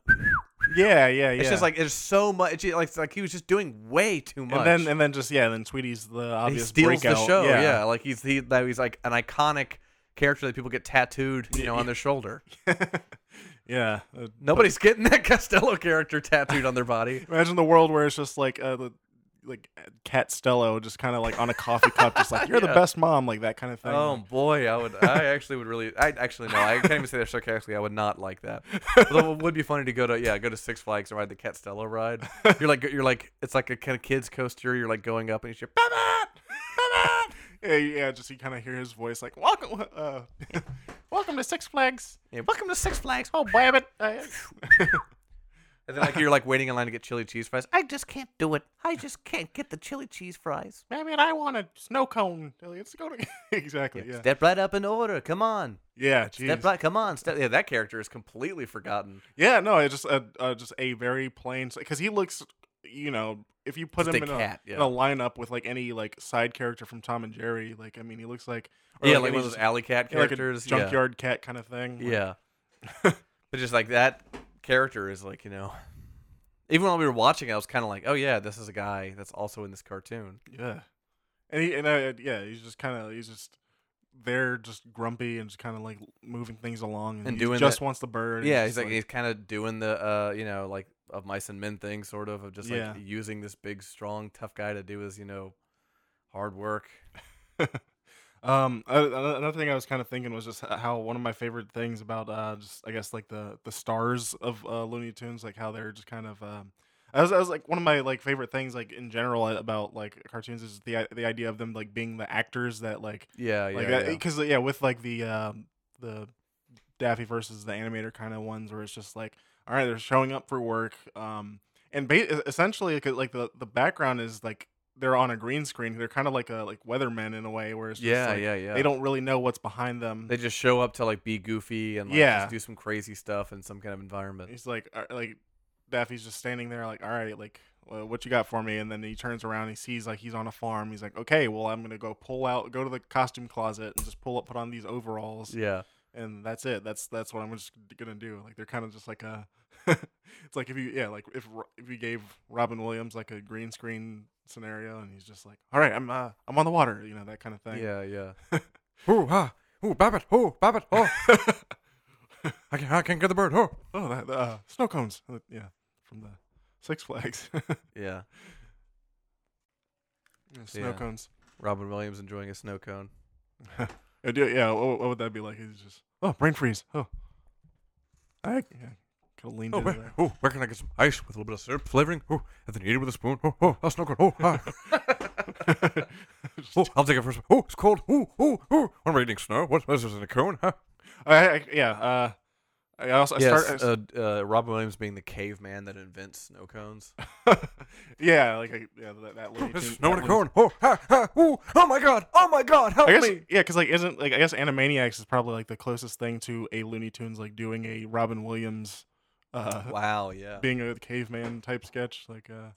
Yeah, yeah, yeah. It's just like there's so much. It's like it's like he was just doing way too much. and then and then just yeah, then Sweetie's the he obvious steals breakout. the show. Yeah. Yeah. like he's he that he's like an iconic character that people get tattooed, you know, on their shoulder. yeah. Uh, Nobody's getting that Costello character tattooed on their body. Imagine the world where it's just like uh, the- like Cat Stello just kind of like on a coffee cup, just like you're Yeah. the best mom, like that kind of thing. Oh boy, I would. I actually would really. I actually no. I can't even say that sarcastically. I would not like that. Although it would be funny to go to yeah, go to Six Flags and ride the Castello ride. You're like you're like it's like a kind of kids coaster. You're like going up and it's your yeah, yeah, just you kind of hear his voice like welcome, uh, welcome to Six Flags. yeah, welcome to Six Flags. Oh, babbit. Uh, And then like you're like waiting in line to get chili cheese fries. I just can't do it. I just can't get the chili cheese fries. babbit, I want a snow cone. Let's go to exactly. Yeah. Step right up in order. Come on. Yeah. Step jeez. right. Come on. Step. Yeah, that character is completely forgotten. Yeah. No, it's just a uh, just a very plain because he looks, you know, if you put Just him a in a, cat, yeah. in a lineup with like any like side character from Tom and Jerry, like I mean, he looks like or, yeah, like any one of those just- alley cat yeah, like a characters. yeah. junkyard cat kind of thing. like- Yeah. but just like that character is like, you know, even while we were watching, I was kind of like, oh, yeah, this is a guy that's also in this cartoon. Yeah, and he and I, yeah, he's just kind of he's just there, just grumpy and just kind of like moving things along and, And he doing just that- wants the bird. and yeah, just he's like, he's kind of doing the, uh, you know, like of mice and men thing, sort of, of just like Yeah. using this big, strong, tough guy to do his, you know, hard work. um a- a- another thing I was kind of thinking was just h- how one of my favorite things about uh just I guess like the the stars of uh, Looney Tunes like how they're just kind of um. I was, I was like one of my like favorite things like in general uh, about like cartoons is the i- the idea of them like being the actors that like Yeah, yeah. like uh, yeah. because yeah. with like the um, the Daffy versus the animator kind of ones where it's just like all right they're showing up for work um and ba- essentially like, like the the background is like they're on a green screen they're kind of like a like weathermen in a way where it's just yeah, like, yeah, yeah. they don't really know what's behind them They just show up to like be goofy and like Yeah. just do some crazy stuff in some kind of environment. he's like uh, like Daffy's just standing there like all right like well, what you got for me and then he turns around he sees like he's on a farm he's like okay well I'm gonna go pull out go to the costume closet and just pull up put on these overalls Yeah, and that's it. That's that's what I'm just gonna do. Like they're kind of just like a. it's like if you yeah like if Ro- if you gave Robin Williams like a green screen scenario and he's just like all right I'm uh, I'm on the water you know that kind of thing. yeah, yeah. Ooh, ha. Ooh, Babbitt. Ooh, Babbitt. Oh, I can't, I can't get the bird. Oh. Oh that uh, snow cones Uh, yeah from the Six Flags Yeah, Yeah. snow Yeah. cones. Robin Williams enjoying a snow cone. Oh, do- yeah what, what would that be like? He's just oh brain freeze oh. I yeah, could have leaned Oh, into where, there. oh, where can I get some ice with a little bit of syrup flavoring? Oh, and then eat it with a spoon. Oh, oh, that's no good. Oh, ah. oh, I'll take it first. Oh, it's cold. Oh, oh, oh. I'm eating snow. What, what is this in a cone? Huh? I, I, yeah uh, I also I yes, start, I uh, uh, Robin Williams being the caveman that invents snow cones. yeah, like I, yeah, that, that Looney It's Tunes- snow that in a cone. Looney- Oh, ha, ha, ooh. oh my God. Oh my God. Help I guess me. yeah, because like isn't like I guess Animaniacs is probably like the closest thing to a Looney Tunes like doing a Robin Williams, uh, wow, yeah. being a caveman type sketch. Like uh,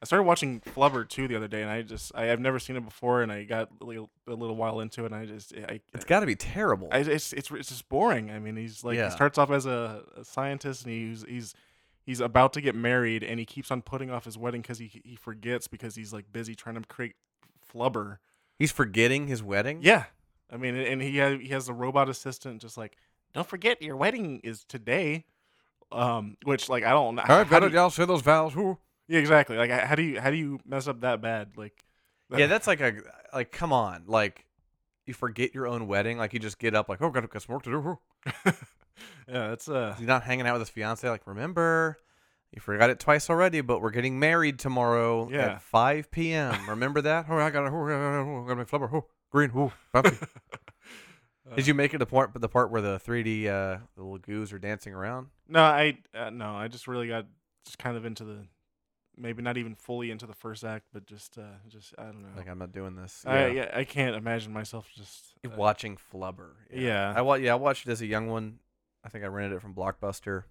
I started watching Flubber too the other day, and I just I, I've never seen it before, and I got a little, a little while into it, and I just I. It's got to be terrible. I, it's it's it's just boring. I mean, he's like Yeah. he starts off as a, a scientist, and he's he's he's about to get married, and he keeps on putting off his wedding because he he forgets because he's like busy trying to create flubber. He's forgetting his Mm-hmm. wedding. Yeah, I mean, and- and he has, he has a robot assistant, just like don't forget your wedding is today. Um, which like I don't know. All right, how better do you- y'all say those vowels. Ooh. yeah, exactly. Like how do you how do you mess up that bad? Like yeah. That's like a like. Come on, like you forget your own wedding. Like you just get up, like oh, gotta got some work to do. Ooh. yeah, that's uh He's not hanging out with his fiance. Like remember, you forgot it twice already, but we're getting married tomorrow Yeah. at 5 p.m. Remember that? Oh, I got to oh, I gotta make flubber. Oh, green. Oh, fancy. Uh, Did you make it the part the part where the 3D uh, the little goos are dancing around? no I uh, no I just really got just kind of into the maybe not even fully into the first act, but just uh, just I don't know. Like I'm not doing this. I yeah, I can't imagine myself just uh, Watching Flubber. Yeah. I wa- yeah, I watched it as a young one. I think I rented it from Blockbuster.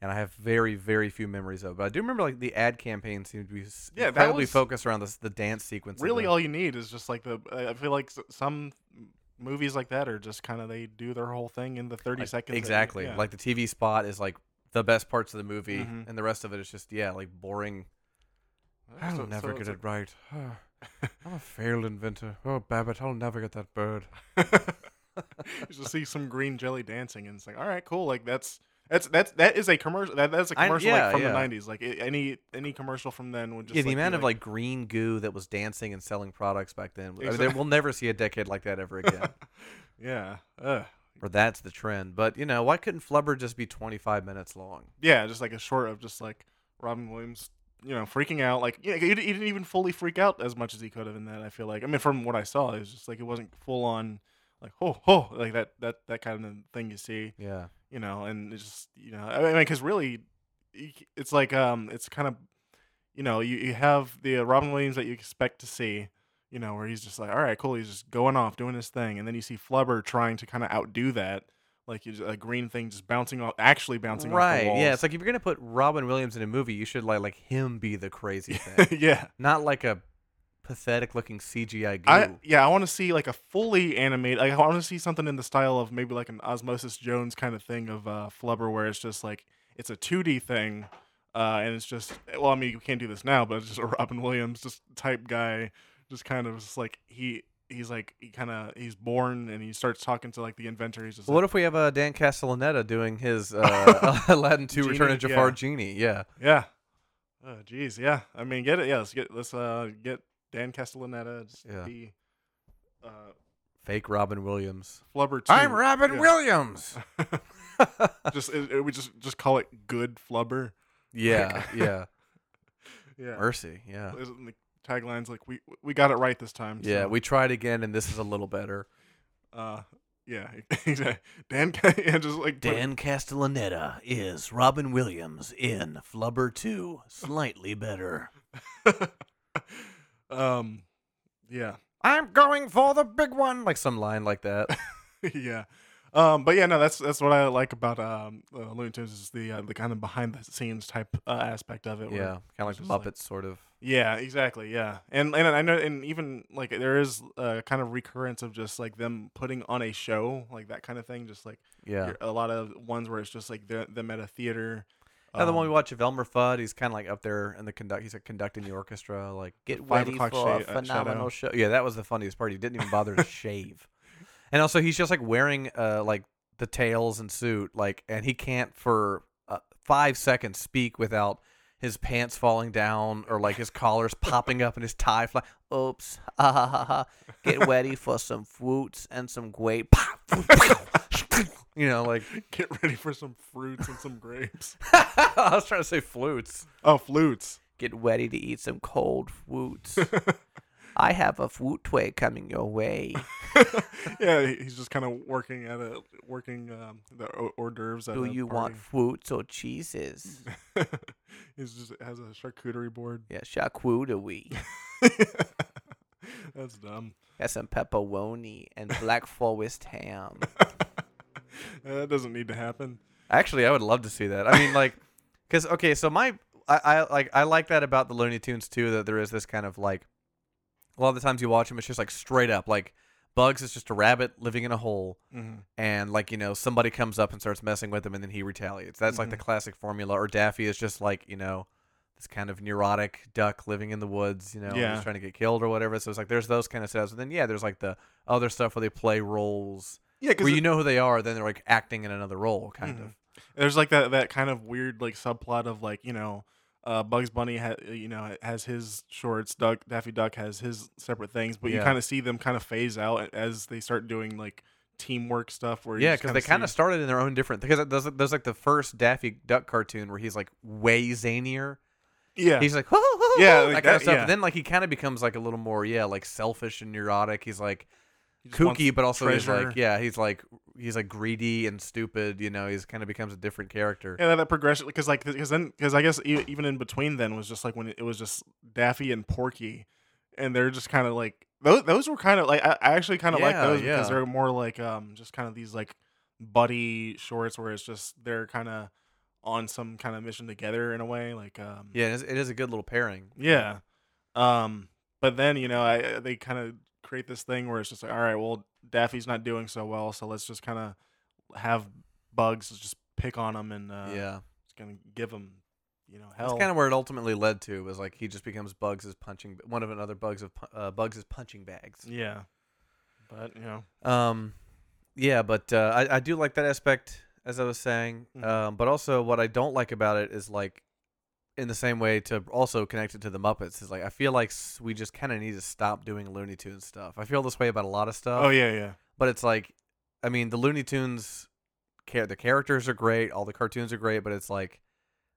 And I have very, very few memories of it. But I do remember like the ad campaign seemed to be s- Yeah, that incredibly was- focused around this the dance sequence. of really the- all you need is just like the I I feel like s- some m- movies like that are just kind of they do their whole thing in the 30 like, seconds. that you- Exactly. yeah. Like the TV spot is like the best parts of the movie Mhm. and the rest of it is just yeah, like boring I'll Uh, So- never so get it's it right. Ah, I'm a failed inventor. Oh, Babbitt, I'll never get that bird. you just see some green jelly dancing, and it's like, all right, cool. Like that's that's that's that is a commercial. That, that's a I- commercial yeah, like from yeah. the '90s. Like it, any any commercial from then would just yeah, the like, be amount of like green goo that was dancing and selling products back then. I mean, Exact- we'll never see a decade like that ever again. yeah ugh. or that's the trend. But you know, why couldn't Flubber just be 25 minutes long? yeah just like a short of just like Robin Williams. You know, freaking out like you know, he, d- he didn't even fully freak out as much as he could have in that. I feel like I mean, from what I saw, it was just like it wasn't full on like ho ho like that that that kind of thing you see. Yeah, you know, and it's just you know, I mean, because really, you c- it's like um, it's kind of, you know, you, you have the uh, Robin Williams that you expect to see, you know, where he's just like, all right, cool, he's just going off doing his thing, and then you see Flubber trying to kind of outdo that, like you a green thing just bouncing off, actually bouncing off right. the walls. Yeah, it's like if you're gonna put Robin Williams in a movie, you should let like him be the crazy yeah, thing, not like a pathetic looking CGI goo. I yeah, I want to see like a fully animated. Like, I want to see something in the style of maybe like an Osmosis Jones kind of thing of uh, Flubber, where it's just like it's a 2D thing, uh, and it's just well, I mean, you can't do this now, but it's just a Robin Williams just type guy, just kind of just like he he's like he kind of he's born and he starts talking to like the inventor. He's just Well, what like, if we have uh, Dan Castellaneta doing his uh, Aladdin 2 Return of Genie, Jafar yeah. Genie? Yeah. yeah, oh jeez, yeah. I mean, get it, yeah. Let's get let's uh get Dan Castellaneta, just Yeah. be uh, Fake Robin Williams. Flubber. 2. I'm Robin yeah. Williams. just it, it- we just just call it good flubber. Yeah, yeah. Yeah. Mercy. Yeah. Isn't the taglines like we we got it right this time? Yeah, so, we tried again, and this is a little better. uh, yeah. exactly. Dan and just like put- Dan Castellaneta is Robin Williams in Flubber 2, slightly better. um, yeah, I'm going for the big one, like some line like that. yeah. Um, but yeah, no, that's that's what I like about um uh, Looney Tunes is the uh, the kind of behind the scenes type uh, aspect of it. where- yeah, kind of like the just like- Muppets, sort of. Yeah, exactly. Yeah, and and I know, and even like there is a kind of recurrence of just like them putting on a show, like that kind of thing. Just like Yeah. you're- a lot of ones where it's just like the them at a theater. Another one we um, watch of Elmer Fudd. He's kind of like up there in the conduct. He's like conducting the orchestra. Like get five ready o'clock for a shave- uh, phenomenal show. Yeah, that was the funniest part. He didn't even bother to shave, and also he's just like wearing uh like the tails and suit like, and he can't for uh, five seconds speak without his pants falling down or like his collars popping up and his tie fly. Oops. Ha ha ha ha. Get ready for some fruits and some grape. You know, like get ready for some fruits and some grapes. I was trying to say flutes. Oh, flutes. Get ready to eat some cold fruits. I have a fruit tray coming your way. yeah, he- he's just kind of working at a working um, the o- hors d'oeuvres. At Do a you want party. fruits or cheeses? he's just has a charcuterie board. Yeah, charcuterie. That's dumb. Got some pepperoni and black forest ham. That doesn't need to happen. Actually, I would love to see that. I mean, like, because okay, so my I, I like I like that about the Looney Tunes too that there is this kind of like a lot of the times you watch them, it's just like straight up like Bugs is just a rabbit living in a hole, Mhm. and like you know somebody comes up and starts messing with him, and then he retaliates. That's Mm-hmm. like the classic formula. Or Daffy is just like you know this kind of neurotic duck living in the woods, you know, Yeah. just trying to get killed or whatever. So it's like there's those kind of setups, and then yeah, there's like the other stuff where they play roles. Yeah, because Where you know who they are, then they're like acting in another role, kind Mhm. of. there's like that that kind of weird like subplot of like you know uh, Bugs Bunny ha- you know has his shorts, Duck Daffy Duck has his separate things, but you Yeah. kind of see them kind of phase out as they start doing like teamwork stuff. Where you Yeah, just because they kind of see- started in their own different. Because there's, there's like the first Daffy Duck cartoon where he's like way zanier. yeah He's like, Yeah, that, like kind that- of stuff. yeah. And then like he kind of becomes like a little more yeah, like selfish and neurotic. He's like, He just wants kooky, but also he's treasure. like yeah, he's like he's like greedy and stupid. You know, he's kind of becomes a different character. Yeah, that, that progression because like because then because I guess e- even in between then was just like when it, it was just Daffy and Porky, and they're just kind of like those those were kind of like I, I actually kind of like Yeah, those yeah. because they're more like um just kind of these like buddy shorts where it's just they're kind of on some kind of mission together in a way like um Yeah, it is, it is a good little pairing. yeah. Um, but then you know, I I- they kind of create this thing where it's just like, all right, well, Daffy's not doing so well, so let's just kind of have Bugs just pick on him and uh, yeah, just gonna give him, you know, that's hell. kind of where it ultimately led to. Was like he just becomes Bugs' punching one of another Bugs of pu- uh, Bugs' punching bags. yeah. But you know, Um, yeah, but uh, I I do like that aspect as I was saying. Mhm. Um, but also what I don't like about it is like, in the same way to also connect it to the Muppets is like I feel like s- we just kind of need to stop doing Looney Tunes stuff. I feel this way about a lot of stuff. oh yeah, yeah, but it's like, I mean, the Looney Tunes, char- the characters are great, all the cartoons are great, but it's like.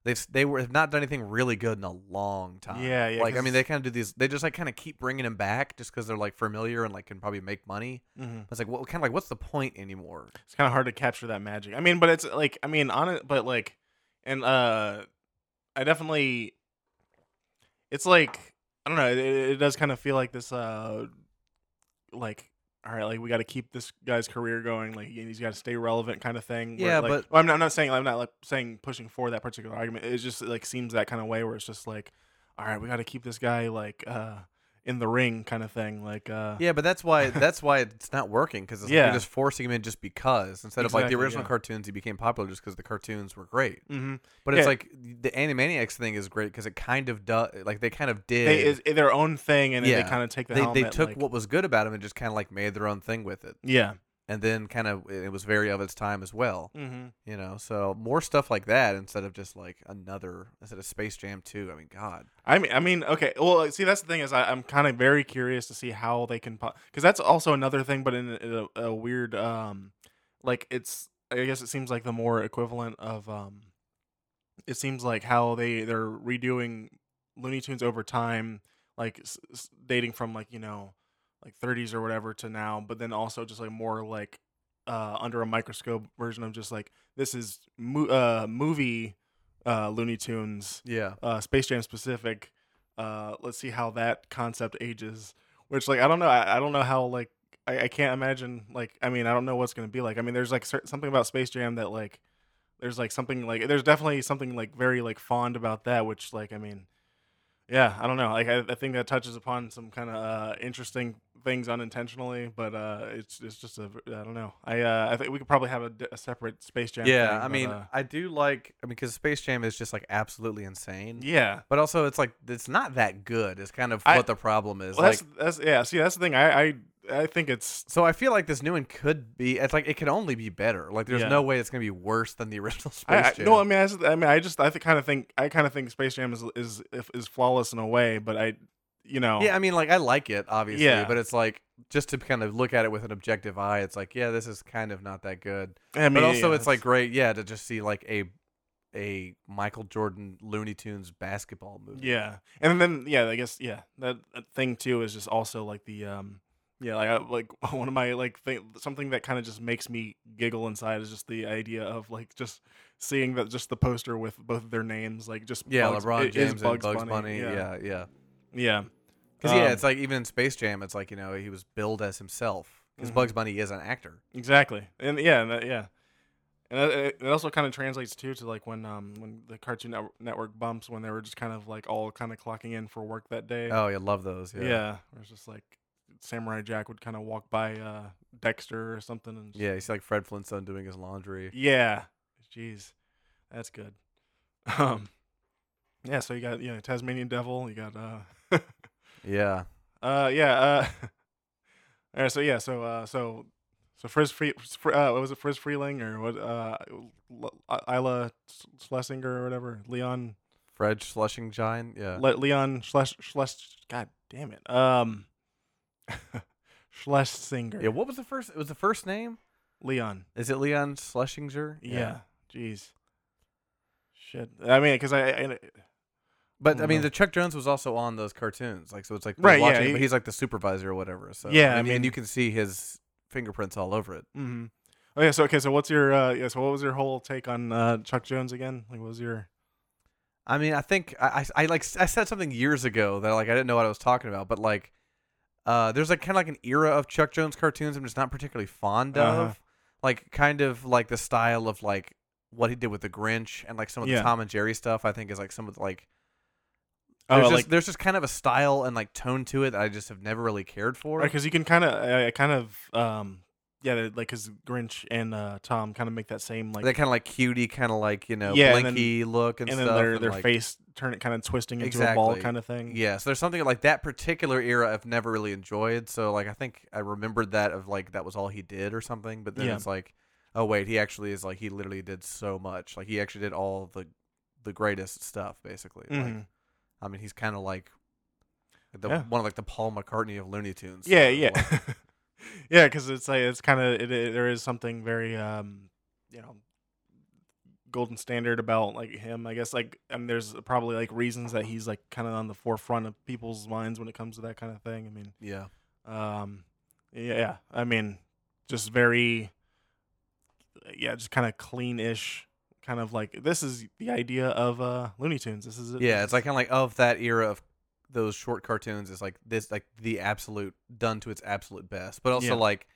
They've they were have not done anything really good in a long time. Yeah, yeah, Like I 'cause mean, they kind of do these. They just like kind of keep bringing them back just because they're like familiar and like can probably make money. mm-hmm. It's like, what kind of like, what's the point anymore? it's kind of hard to capture that magic. I mean, but it's like I mean, on it, but like, and uh, I definitely, it's like I don't know. It, it does kind of feel like this uh, like all right, like we got to keep this guy's career going. Like he's got to stay relevant, kind of thing. where, Yeah, like, but- well, I'm not, I'm not saying I'm not like saying pushing for that particular argument. It just like seems that kind of way where it's just like, all right, we got to keep this guy like uh in the ring, kind of thing. Like uh, Yeah, but that's why that's why it's not working because like Yeah. you're just forcing him in just because instead of like the Exactly, original yeah. cartoons, he became popular just because the cartoons were great. Mm-hmm. But it's Yeah. like the Animaniacs thing is great because it kind of does like they kind of did. They, it's eh, their own thing, and then Yeah. they kind of take the they, they helmet, took like- what was good about him and just kind of like made their own thing with it, Yeah. and then kind of it was very of its time as well, Mm-hmm. you know. So more stuff like that instead of just like another instead of Space Jam two. I mean, God, I mean, I mean, okay. Well, like, see, that's the thing is, I, I'm kind of very curious to see how they can, because that's also another thing, but in a, in a, a weird, um, like it's, I guess it seems like the more equivalent of, um, it seems like how they they're redoing Looney Tunes over time, like s- s- dating from like you know, like 30s or whatever to now, but then also just like more like, uh, under a microscope version of just like this is mo- uh movie, uh Looney Tunes yeah, uh, Space Jam specific. Uh, let's see how that concept ages. Which, like, I don't know. I, I don't know how. Like, I, I can't imagine. Like, I mean, I don't know what's gonna be like. I mean, there's like cer- something about Space Jam that like, there's like something like there's definitely something like very like fond about that. Which, like, I mean, yeah, I don't know. Like, I, I think that touches upon some kind of uh, interesting things unintentionally, but uh, it's it's just a I don't know. I uh, I think we could probably have a, d- a separate Space Jam. yeah. thing, I but, mean, uh, I do like I mean because Space Jam is just like absolutely insane. yeah. But also, it's like it's not that good. It's kind of I- what the problem is. Well, like, that's, that's yeah. See, that's the thing. I I, I think it's so I feel like this new one could be. It's like it could only be better. Like, there's Yeah. no way it's gonna be worse than the original Space I, I, Jam. no. I mean, I, just- I mean, I just I kind of think I kind of think Space Jam is is if- is flawless in a way, but I, you know, yeah, I mean, like I like it obviously, Yeah. but it's like just to kind of look at it with an objective eye, it's like yeah, this is kind of not that good. I mean, but also, yeah, it's like great, yeah, to just see like a a Michael Jordan Looney Tunes basketball movie. yeah, and then yeah, I guess yeah, that, that thing too is just also like the um. Yeah, like I, like one of my like thing, something that kind of just makes me giggle inside is just the idea of like just seeing that just the poster with both of their names like just yeah, Bugs- it LeBron is James Bugs and Bugs Bunny. Bunny, yeah, yeah. yeah. yeah. Because yeah, Um, it's like even in Space Jam, it's like you know he was billed as himself because Mhm. Bugs Bunny is an actor. Exactly, and yeah, and that, yeah, and that, it it also kind of translates too to like when um when the Cartoon Net- Network bumps when they were just kind of like all kind of clocking in for work that day. Oh, yeah, love those. yeah, Yeah, it was just like Samurai Jack would kind of walk by uh Dexter or something, and just- yeah. You see like Fred Flintstone doing his laundry. yeah, jeez, that's good. Um, yeah, so you got you know Tasmanian Devil, you got uh Yeah, Uh, yeah. Uh, all right. So yeah. So uh, so so Frizz Free, Fr- uh, what was it Frizz Freeling or what? Uh, L- I- Isla S- Schlesinger or whatever. Leon. Fred Slushing Giant. Yeah, Le- Leon Schles. Schles. God damn it. Um. Schlesinger. yeah. What was the first? It was the first name. Leon. Is it Leon Schlesinger? Yeah. Jeez. Shit. I mean, because I, I But I mean, Mhm. the Chuck Jones was also on those cartoons, like so it's like they're Right, yeah, watching it, he- but he's like the supervisor or whatever. So Yeah, I I mean, mean- you can see his fingerprints all over it. Mm-hmm. Oh yeah. So okay. So what's your uh, yeah? So what was your whole take on uh, Chuck Jones again? Like, what was your I mean, I think I, I I, like s- I said something years ago that like I didn't know what I was talking about, but like uh, there's like kind of like an era of Chuck Jones cartoons I'm just not particularly fond Uh-huh. of, like kind of like the style of like what he did with the Grinch and like some of the Yeah. Tom and Jerry stuff. I think is like some of the, like oh, there's just there's just kind of a style and like tone to it that I just have never really cared for. because you can kind of I, I kind of um yeah they- like because Grinch and uh, Tom kind of make that same like that kind of like cutie, kind of like you know Yeah, and then- blinky look and, and then stuff. their and, their like- face turn it kind of twisting into a ball Exactly. kind of thing. Yeah, so there's something like that particular era I've never really enjoyed. So like I think I remembered that of like that was all he did or something. But then Yeah. it's like, oh wait, he actually is like he literally did so much. Like he actually did all the the greatest stuff basically. Like Mhm. I mean, he's kind of like the Yeah. one of like the Paul McCartney of Looney Tunes. Yeah, you know, yeah, like- yeah. Because it's like it's kind of it, it- there is something very um you know golden standard about like him. I guess like and there's probably like reasons that he's like kind of on the forefront of people's minds when it comes to that kind of thing. I mean, yeah. um, yeah, yeah. I mean, just very yeah, just kind of clean-ish. Kind of like this is the idea of uh Looney Tunes. This is it. Yeah, This it's is- like kind of like of that era of those short cartoons is like this like the absolute done to its absolute best, but also Yeah. like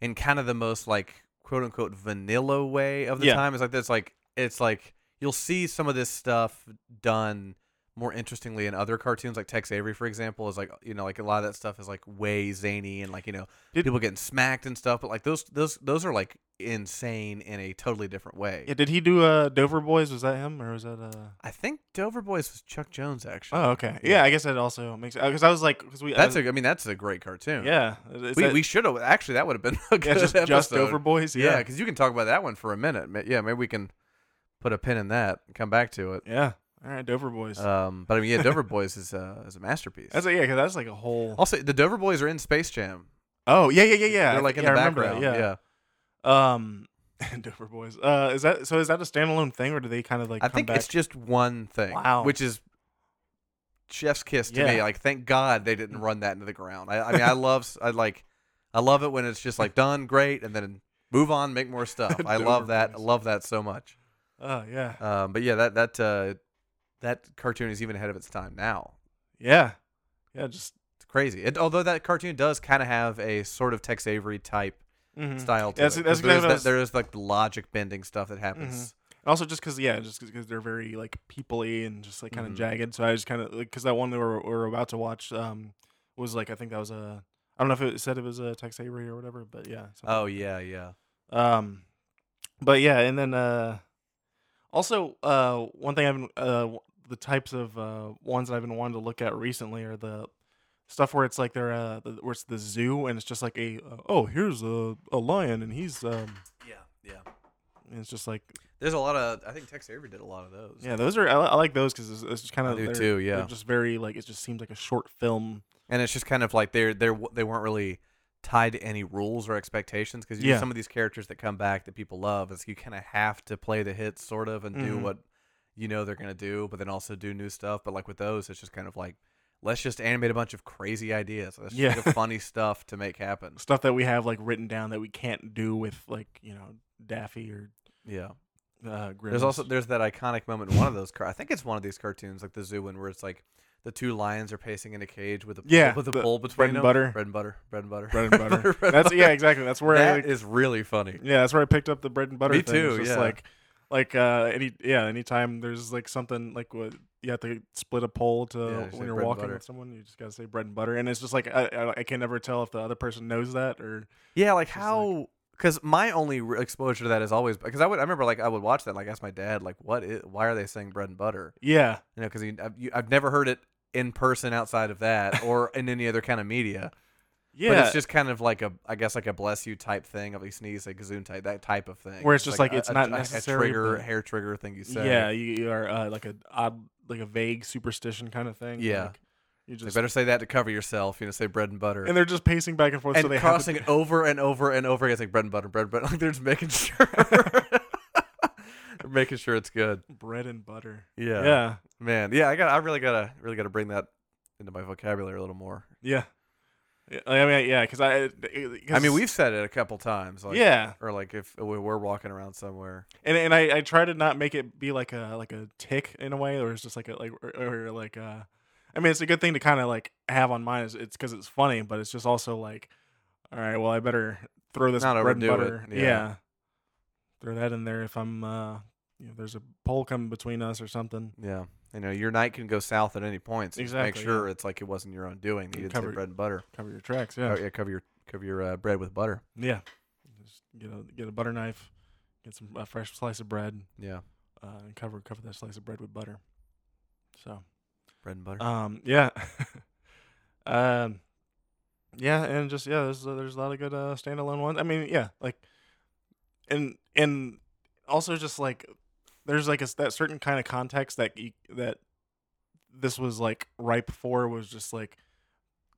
in kind of the most like quote unquote vanilla way of the Yeah. time. It's like this like it's like you'll see some of this stuff done more interestingly in other cartoons like Tex Avery for example is like you know like a lot of that stuff is like way zany and like you know Did- people getting smacked and stuff but like those those those are like insane in a totally different way. yeah. Did he do uh Dover Boys? Was that him or was that uh? I think Dover Boys was Chuck Jones actually. Oh, okay. Yeah. Yeah, I guess that also makes because I was like, because we I That's was- a. I mean, that's a great cartoon. Um, yeah. Is we, that- we should have actually that would have been a good yeah, just episode. just over boys. Yeah, Yeah, because you can talk about that one for a minute. Ma- Yeah, maybe we can put a pin in that and come back to it. yeah. All right, Dover boys. Um, but I mean, yeah, Dover Boys is a is a masterpiece. that's a, yeah, because that's like a whole. also, the Dover Boys are in Space Jam. Oh yeah, yeah, yeah, yeah. Oh, They're like in yeah, the I remember that, background. yeah. yeah. Um, Dover boys. Uh, is that so? Is that a standalone thing, or do they kind of like? I come think back? it's just one thing. Wow. Which is chef's kiss to me. Yeah. Like, thank God they didn't run that into the ground. I, I mean, I love, s- I like, I love it when it's just like done great and then move on, make more stuff. I love Dover that. I boys. love that so much. Oh yeah, Um, but yeah, that that uh, that cartoon is even ahead of its time now. yeah, yeah. Just It's crazy. It, although that cartoon does kind of have a sort of Tex Avery type mhm. style to That's- it. that's 'cause there is exactly what I that- was- there is like the logic bending stuff that Mm-hmm. happens. Also, just because yeah, just because they're very like peoply and just like kind of Mhm. jagged. So I just kind of because that one we were, we were about to watch um was like I think that was a I don't know if it said it was a Tex Avery or whatever, but yeah. something Oh yeah, yeah. Um, but yeah, and then uh, also uh, one thing I've been uh, w- the types of uh, ones that I've been wanting to look at recently are the stuff where it's like they're uh, the, where it's the zoo and it's just like a uh, oh here's a a lion and he's um Yeah, yeah. and it's just like There's a lot of. I think Tex Avery did a lot of those. yeah those are I, li- I like those because it's, it's just kind I of do too, yeah. just very like it just seems like a short film and it's just kind of like they're they're they weren't really tied to any rules or expectations because Yeah. some of these characters that come back that people love is you kind of have to play the hits sort of and do Mhm. what you know they're gonna do, but then also do new stuff. But like with those, it's just kind of like let's just animate a bunch of crazy ideas. Let's Yeah. just think of funny stuff to make happen. stuff that we have like written down that we can't do with like you know Daffy or Yeah. uh, Grimace. There's also there's that iconic moment in one of those car I think it's one of these cartoons like the zoo one where it's like the two lions are pacing in a cage with a Yeah, with a the pole between and them. butter. bread and butter bread and butter bread and butter. bread and that's yeah butter. exactly that's where I, That like, is really funny. Yeah, that's where I picked up the bread and butter. Me thing. It's too, just yeah. Like, like uh, any yeah, anytime there's like something like what you have to split a pole to Yeah, just say when you're bread and walking butter. with someone, you just gotta say bread and butter, and it's just like I, I, I can never tell if the other person knows that or Yeah, like Just like- how? Because my only re- exposure to that is always because I would I remember like I would watch that like ask my dad like what is why are they saying bread and butter yeah, you know because I've, you- I've never heard it in person outside of that or in any other kind of media yeah. but it's just kind of like a I guess like a bless you type thing of you sneeze like zoom type that type of thing Where it's just like it's a- not a, a necessary, trigger but- hair trigger thing you say yeah, you, you are uh, like a odd, like a vague superstition kind of thing. Yeah. like, you they just better say that to cover yourself you know say bread and butter and they're just pacing back and forth, so and they crossing have it over and over and over again. It's like bread and butter, bread and butter. Like they're just making sure. We're making sure it's good. Bread and butter. Yeah. Yeah. Man. Yeah. I got. I really gotta. Really gotta bring that into my vocabulary a little more. Yeah. Yeah, I mean, yeah, because I. I mean, we've said it a couple times. Like, yeah, Or like if we we're walking around somewhere. and and I, I try to not make it be like a like a tick in a way, or it's just like a like or, or like uh, I mean, it's a good thing to kind of like have on mind. Is it's because it's funny, but it's just also like, all right, well, I better throw this Not bread and overdo it, butter, yeah. throw that in there if I'm uh, you know, there's a pole coming between us or something. Yeah. You know, your night can go south at any point. So just Exactly, Make yeah. sure it's like it wasn't your own doing. that You You didn't say covered- bread and butter. Cover your tracks, Oh, yeah, yeah. Cover your cover your uh, bread with butter. yeah. Just get a get a butter knife, get some a fresh slice of bread, Yeah. uh, and cover cover that slice of bread with butter. So. Bread and butter. Um, yeah. um, yeah, and just yeah, there's there's a lot of good uh, standalone ones. I mean, yeah, like, and and also just like there's like a, s- that certain kind of context that you, that this was like ripe for was just like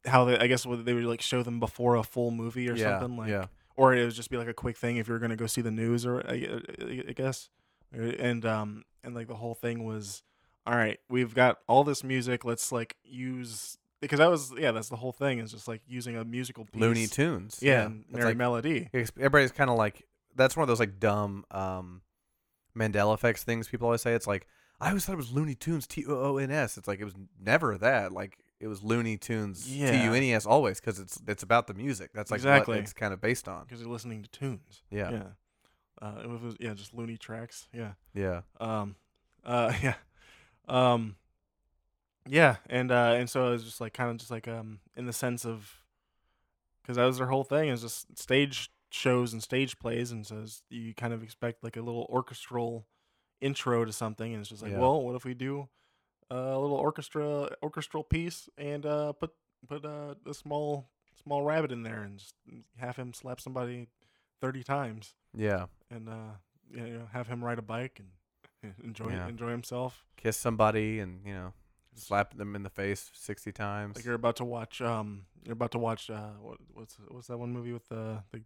how they I guess what they would like show them before a full movie or yeah. something like yeah. or it would just be like a quick thing if you were gonna go see the news or I, I- I guess and um and like the whole thing was all right we've got all this music let's like use because that was yeah that's the whole thing is just like using a musical piece Looney Tunes. yeah, and It's Merry like- Melody Ex- everybody's kind of like that's one of those like dumb um Mandela effects things people always say. It's like I always thought it was Looney Tunes T O O N S. It's like it was never that. Like it was Looney Tunes Yeah. T U N E S always because it's it's about the music. That's like Exactly. what it's kind of based on. because you're listening to tunes Yeah, yeah, Uh, it was yeah just Looney tracks yeah um uh yeah um yeah and uh and so it was just like kind of just like um in the sense of because that was their whole thing is just stage shows and stage plays and so it's- you kind of expect like a little orchestral intro to something and it's just like Yeah. well what if we do uh, a little orchestra orchestral piece and uh put put uh, a small small rabbit in there and just mm, have him slap somebody 30 times yeah. and uh, you know, have him ride a bike and enjoy Yeah. enjoy himself. Kiss somebody and you know slap them in the face sixty times. Like you're about to watch um, you're about to watch uh, what, what's what's that one movie with the the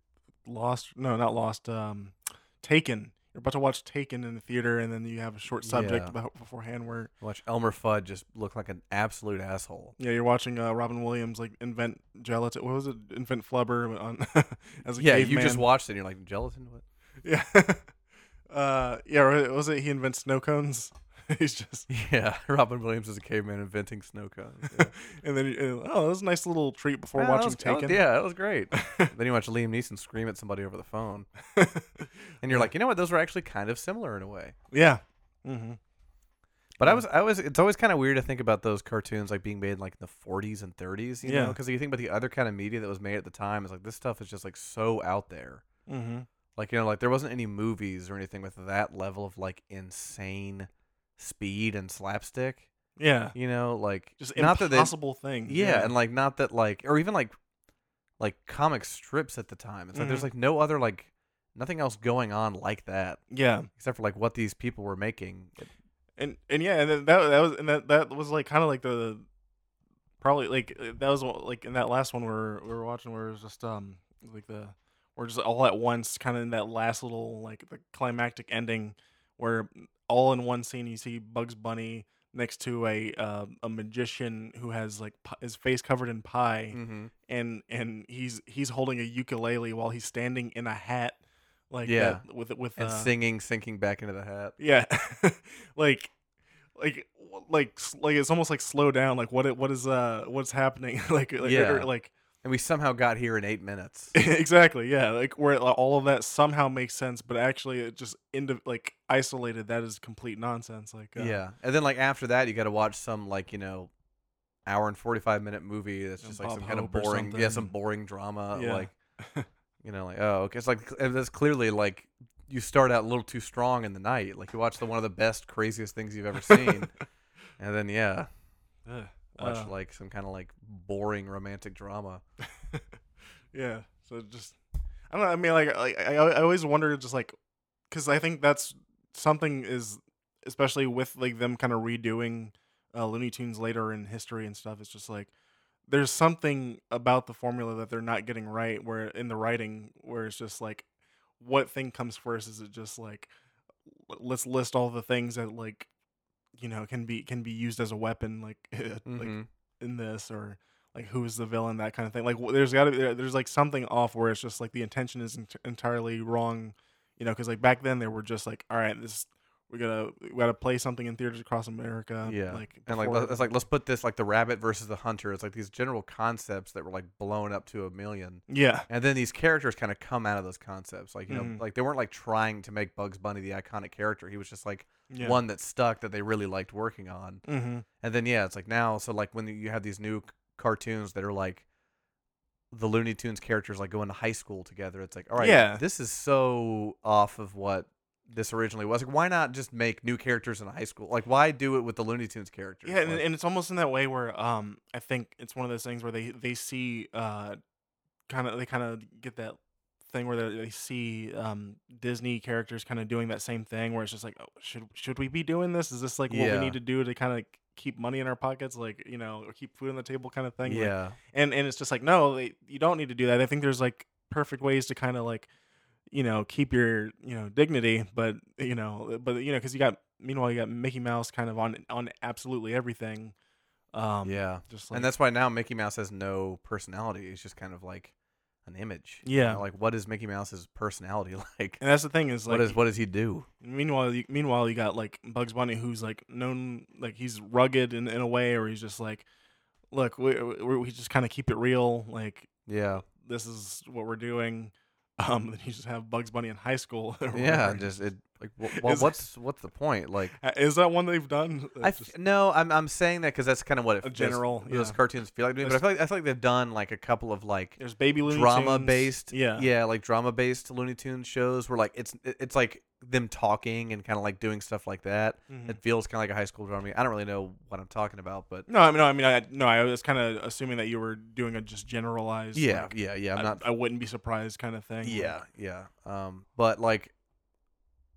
Lost? No, not Lost. Um, Taken. You're about to watch Taken in the theater, and then you have a short subject Yeah. about beforehand where Watch Elmer Fudd just look like an absolute asshole. yeah, you're watching uh, Robin Williams like invent gelatin. What was it? Invent flubber on as a Yeah, caveman. you just watched it. and You're like gelatin. What? yeah. Uh, yeah, or was it he invents snow cones? He's just Yeah, Robin Williams is a caveman inventing snow cones. Yeah. and then you- oh, that was a nice little treat before Yeah, that watching was- that was- Taken. yeah, that was great. then you watch Liam Neeson scream at somebody over the phone, and you're like, you know what? Those were actually kind of similar in a way. yeah. Mm-hmm. But I was, I was. It's always kind of weird to think about those cartoons like being made like in the 40s and 30s, you know? 'Cause Yeah. know, because you think about the other kind of media that was made at the time. It's like this stuff is just like so out there. Mm-hmm. Like you know, like there wasn't any movies or anything with that level of like insane speed and slapstick. Yeah. You know, like Just not that they impossible things. Yeah, and like not that like or even like like comic strips at the time. It's like there's Mhm. like no other like nothing else going on like that yeah, except for like what these people were making. and and yeah, and then that that was and that that was like kind of like the probably like uh, that was what- like in that last one where we were watching where it was just um like the or just all at once kind of in that last little like the climactic ending where all in one scene you see Bugs Bunny next to a uh, a magician who has like pi- his face covered in pie Mm-hmm. and and he's he's holding a ukulele while he's standing in a hat like Yeah. that, with with And uh, singing, sinking back into the hat. yeah like like like s- like it's almost like slow down like what it what is uh what's happening like like, Yeah. or, like And we somehow got here in eight minutes. exactly yeah like where like, all of that somehow makes sense but actually it just into like isolated that is complete nonsense like uh, yeah. And then like after that you gotta watch some like, you know, hour and forty five minute movie that's Some just like Bob some kind of Hope or boring yeah, something. some boring drama. Yeah. Like you know, like oh okay. It's like and that's clearly like you start out a little too strong in the night. Like you watch the one of the best, craziest things you've ever seen. and then yeah. Ugh. Watch Uh, like some kind of like boring romantic drama. Yeah. So just I don't know. I mean, like, like I, I always wonder, just like, because I think that's something is especially with like them kind of redoing uh, Looney Tunes later in history and stuff. It's just like there's something about the formula that they're not getting right. Where in the writing, where it's just like, what thing comes first? Is it just like let's list all the things that like you know can be can be used as a weapon like like Mhm. in this or like who is the villain that kind of thing like w- there's got to be there- there's like something off where it's just like the intention is ent- entirely wrong you know because like back then they were just like all right this we gotta we gotta play something in theaters across america Yeah. like and like before- let- it's like let's put this like the rabbit versus the hunter. It's like these general concepts that were like blown up to a million, yeah and then these characters kind of come out of those concepts. Like you Mhm. know, like they weren't like trying to make Bugs Bunny the iconic character. He was just like yeah one that stuck that they really liked working on. mm-hmm. And then yeah, it's like now, so like when you have these new c- cartoons that are like the Looney Tunes characters like going to high school together, it's like all right, Yeah. this is so off of what this originally was. Like, why not just make new characters in high school? Like, why do it with the Looney Tunes characters? Yeah, and, Like, and it's almost in that way where um I think it's one of those things where they they see uh kind of they kind of get that thing where they, they see um Disney characters kind of doing that same thing where it's just like oh, should should we be doing this? Is this like what Yeah. we need to do to kind of keep money in our pockets like you know or keep food on the table kind of thing Like, yeah, and and it's just like no they, you don't need to do that i think there's like perfect ways to kind of like you know keep your you know dignity but you know but you know because you got meanwhile you got mickey mouse kind of on on absolutely everything um yeah. just like And that's why now Mickey Mouse has no personality. It's just kind of like an image. You Yeah. know, like what is Mickey Mouse's personality like? and that's the thing is like what is what does he do? meanwhile you, meanwhile you got like bugs bunny who's like known like he's rugged in, in a way or he's just like look we, we, we just kind of keep it real like Yeah, this is what we're doing um then you just have bugs bunny in high school or yeah. whatever. Just it like wh- wh- Is- what's what's the point? Like Uh, Is that one they've done? I It's f- just- no, I'm I'm saying that because that's kind of what it, A those- general, those, yeah. cartoons feel like to me. But I There's- feel like I feel like they've done like a couple of like there's baby Looney drama Tunes. based, Yeah, yeah, like drama based Looney Tunes shows where like it's it- it's like them talking and kind of like doing stuff like that. Mhm. It feels kind of like a high school drama. I don't really know what I'm talking about, but No, I mean, no, I mean, I, no, I was kind of assuming that you were doing a just generalized. yeah, like, yeah, yeah. I'm I, not. I wouldn't be surprised, kind of thing. like- yeah, yeah. Um, but like,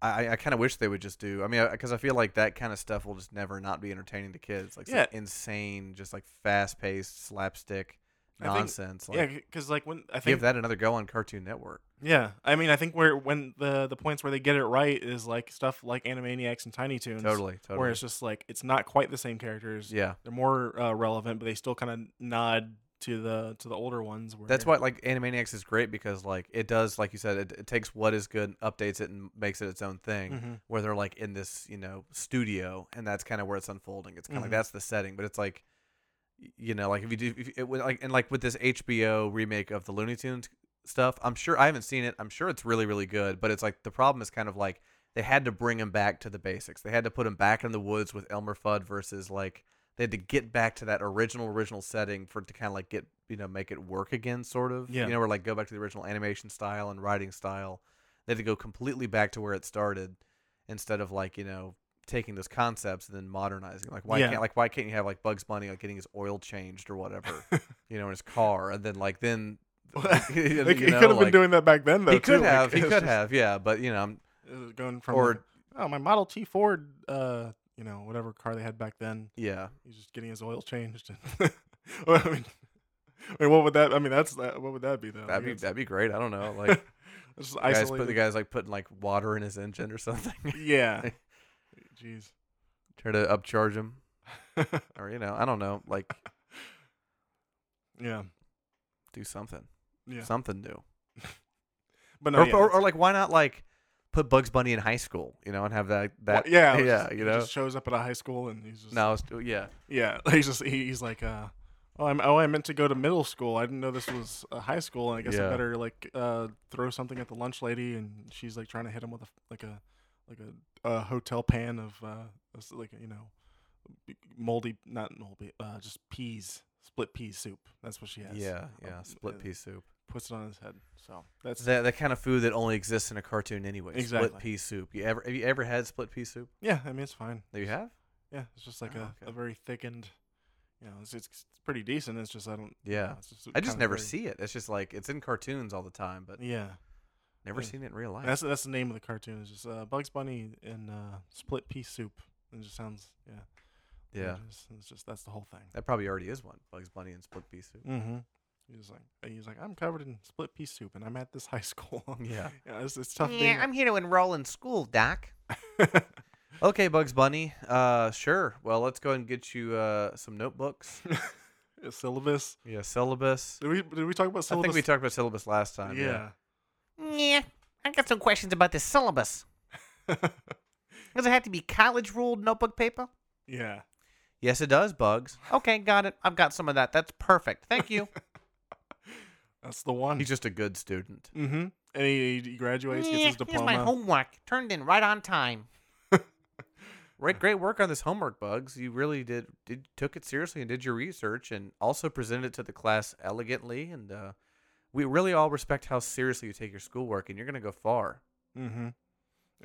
I I kind of wish they would just do. I mean, because I, feel like that kind of stuff will just never not be entertaining to kids. Like, some Yeah. insane, just like fast paced slapstick I think- nonsense. yeah, like, because like when I think give that another go on Cartoon Network. yeah, I mean, I think where when the the points where they get it right is like stuff like Animaniacs and Tiny Toons, Totally, totally. where it's just like it's not quite the same characters. yeah, They're more uh, relevant, but they still kind of nod to the to the older ones. Where that's why like Animaniacs is great because like it does, like you said, it, it takes what is good, and updates it, and makes it its own thing. Mhm. where they're like in this you know studio and that's kind of where it's unfolding it's kind of Mhm. like that's the setting but it's like y- you know like if you do if it would like and like with this hbo remake of the looney tunes stuff i'm sure i haven't seen it i'm sure it's really really good but it's like the problem is kind of like they had to bring him back to the basics they had to put him back in the woods with elmer fudd versus like they had to get back to that original original setting for it to kind of like get you know make it work again sort of Yeah. you know or like go back to the original animation style and writing style they had to go completely back to where it started instead of like you know taking those concepts and then modernizing like why Yeah. can't like why can't you have like bugs bunny like getting his oil changed or whatever you know in his car and then like then you They- know, he could have been like- doing that back then, though. he could too, like, have he it's could just- have yeah but you know I'm, It was going from Or- like, oh my Model T Ford, uh, you know whatever car they had back then. yeah He's just getting his oil changed. And well, I mean, I mean, what would that? I mean, that's that, what would that be though? that'd be Like, it's- that'd be great I don't know like it's the just guys put the Oh, isolated. guys like putting like water in his engine or something Yeah. Jeez. try to upcharge him or you know I don't know like yeah. do something Yeah. something new But no, or, yeah, or, it's- or like why not like put Bugs Bunny in high school you know and have that that well, yeah, it's yeah just- you he know just shows up at a high school and he's just no it's, yeah yeah he's just he, he's like uh oh I'm oh I meant to go to middle school I didn't know this was a high school and I guess I Yeah. better like uh throw something at the lunch lady and she's like trying to hit him with a like a like a, a hotel pan of uh this- like you know moldy not moldy uh just peas split pea soup that's what she has Yeah, Um, yeah, split pea soup. puts it on his head so that's That that kind of food that only exists in a cartoon anyway. Exactly. Split pea soup. You ever have you ever had split pea soup? yeah I mean it's fine That you have? yeah it's just like Oh, a, okay. a very thickened you know it's, it's it's pretty decent it's just I don't Yeah. it's just I just kinda never very- see it. It's just like it's in cartoons all the time, but yeah never yeah. seen it in real life. And That's that's the name of the cartoon. Is just uh, Bugs Bunny and uh, split pea soup. It just sounds yeah. yeah. It's just, it's just- that's the whole thing. That probably already is one. Bugs Bunny and split pea soup. Mm-hmm. He's like, he's like, I'm covered in split pea soup, and I'm at this high school. Yeah. yeah it's, it's tough. being Yeah, I'm here to enroll in school, Doc. Okay, Bugs Bunny. Uh, sure. Well, let's go ahead and get you uh some notebooks. a syllabus. Yeah, syllabus. Did we did we talk about I syllabus? think we talked about syllabus last time. Yeah. Yeah. Yeah, I got some questions about this syllabus. Does it have to be college ruled notebook paper? yeah. Yes, it does, Bugs. Okay, got it. I've got some of that. That's perfect. Thank you. That's the one. He's just a good student. mm-hmm. And he, he graduates, gets Yeah, his Here's my diploma. homework. Turned in right on time. Right, great work on this homework, Bugs. You really did did took it seriously and did your research, and also presented it to the class elegantly. And uh, we really all respect how seriously you take your schoolwork, and you're gonna go far. Mm-hmm.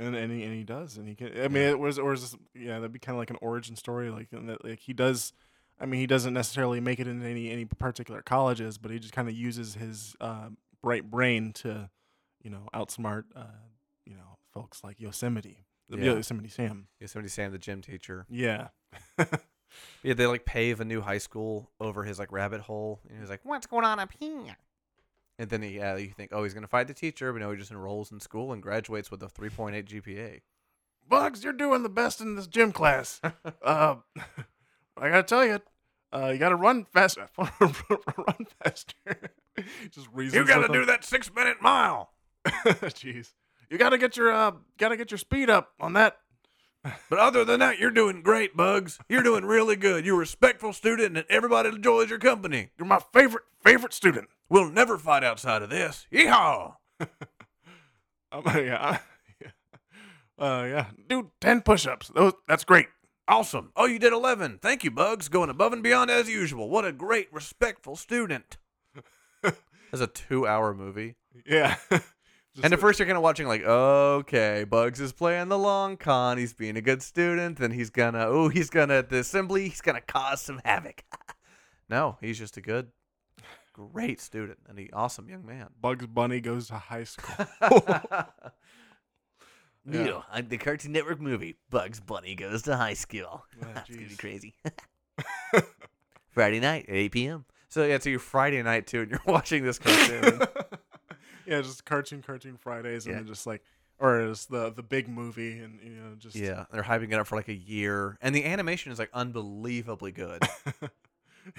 And and he, and he does, and he can. I mean, Yeah. it was or is this, yeah, that'd be kind of like an origin story, like in that, like he does. I mean, he doesn't necessarily make it into any any particular colleges, but he just kind of uses his uh, bright brain to, you know, outsmart, uh, you know, folks like Yosemite, the Yeah. Yosemite Sam. Yosemite Sam, the gym teacher. Yeah. Yeah, they like pave a new high school over his like rabbit hole, and he's like, What's going on up here? and then he, uh, you think, oh, he's gonna fight the teacher, but no, he just enrolls in school and graduates with a 3.8 GPA. Bugs, you're doing the best in this gym class. uh, I gotta tell you, uh, you gotta run faster. run faster. Just reasons. with him. that six minute mile, Jeez, you gotta get your uh, gotta get your speed up on that. but other than that, you're doing great, Bugs. You're doing really good. You're a respectful student, and everybody enjoys your company. You're my favorite favorite student. We'll never fight outside of this. Yeehaw! Um, yeah, uh, yeah. Do ten push-ups. Those that's great. Awesome. Oh, you did 11. Thank you, Bugs. Going above and beyond as usual. What a great, respectful student. That's a two hour movie. Yeah. Just and at first, you're kind of watching, like, okay, Bugs is playing the long con. He's being a good student. Then he's going to, oh, he's going to, at the assembly, he's going to cause some havoc. no, he's just a good, great student and an awesome young man. Bugs Bunny goes to high school. Neil, I'm the Cartoon Network movie. Bugs Bunny goes to high school. Oh, That's gonna be jeez. crazy. Friday night at 8 p.m. So, yeah, it's your Friday night, too, and you're watching this cartoon. yeah, just cartoon cartoon Fridays, and Yeah. then just like or is the the big movie, and you know just Yeah, they're hyping it up for like a year, and the animation is like unbelievably good.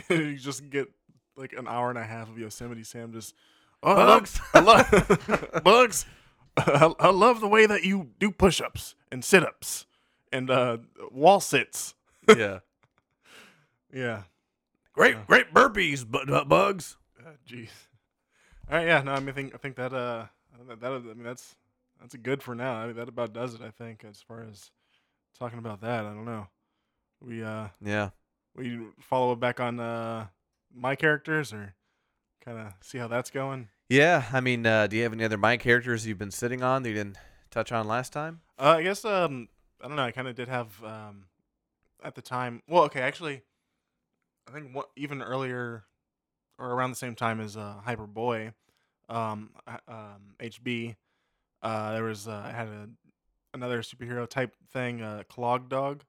you just get like an hour and a half of Yosemite Sam just oh, Bugs. I love, I love bugs. I, I love the way that you do push-ups and sit-ups and uh, wall sits. yeah, Yeah. great, great burpees, but uh, bugs. Uh, Jeez. All right. Yeah. No. I mean, I think I think that uh that, that I mean that's that's good for now. I mean, that about does it. I think as far as talking about that, I don't know. We uh Yeah, we follow up back on uh my characters or kind of see how that's going. yeah. I mean, uh, do you have any other my characters you've been sitting on that you didn't touch on last time? Uh, I guess um, I don't know. I kind of did have um, at the time. Well, okay, actually, I think what, even earlier or around the same time as uh, Hyperboy, um, h- um, HB, uh, there was uh, I had a another superhero type thing, uh, Clog Dog.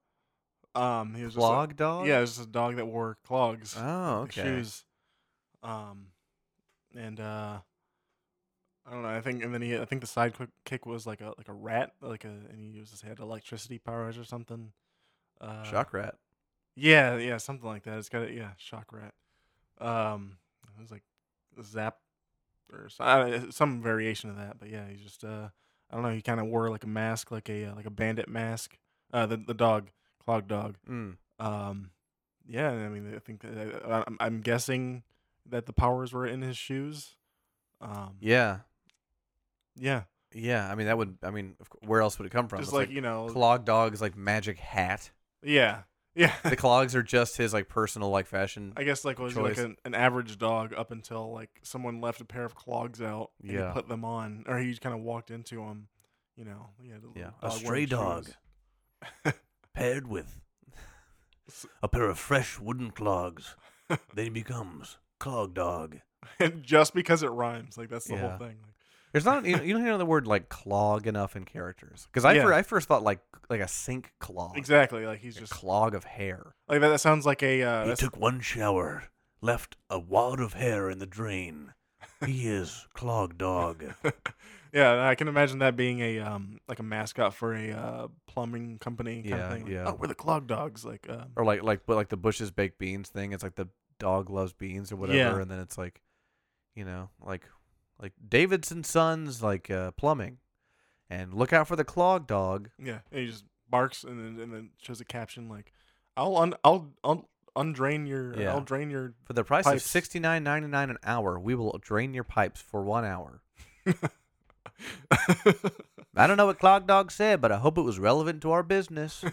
Um, he was just a- Clog dog. yeah, it was just a dog that wore clogs Oh, the okay. shoes. Um, and uh, I don't know. I think, and then he, I think the side quick kick was like a like a rat, like a, and he was just had electricity powers or something. Uh, Shock rat. Yeah, yeah, something like that. It's got a yeah, shock rat. Um, it was like zap or so- I don't- some variation of that. But yeah, he just uh, I don't know. He kind of wore like a mask, like a uh, like a bandit mask. Uh, the the dog, clog dog. Mm. Um, yeah, I mean, I think that, I, I'm, I'm guessing that the powers were in his shoes. Um, Yeah, yeah, yeah. I mean, that would. I mean, of cou- where else would it come from? just It's like, you know, clog dog's like magic hat. yeah, yeah. The clogs are just his like personal like fashion. I guess like was he, like choice. an, an average dog up until like someone left a pair of clogs out and Yeah. he put them on, or he kind of walked into them. You know, he had Yeah, dog a wearing stray dog shoes. paired with a pair of fresh wooden clogs, then he becomes clog dog. and just because it rhymes, like that's the Yeah. whole thing. Like, There's not you, you don't hear the word like clog enough in characters because I Yeah. fir- I first thought like like a sink clog, exactly, like he's like a just clog of hair. like that. That sounds like a uh, that's- took one shower left a wad of hair in the drain. He is Clog Dog. yeah, I can imagine that being a um like a mascot for a uh, plumbing company kind Yeah, of thing. Like, yeah. Oh, we're the clog dogs. Like, um, or like like but like the Bush's baked beans thing. It's like the dog loves beans or whatever, Yeah. and then it's like, you know, like like Davidson Sons like uh, plumbing, and look out for the clog dog. yeah, and he just barks and then and then shows a caption like, "I'll un I'll un- undrain your uh, Yeah. I'll drain your." For the price of Pipes. sixty nine ninety nine an hour, we will drain your pipes for one hour. I don't know what Clog Dog said, but I hope it was relevant to our business.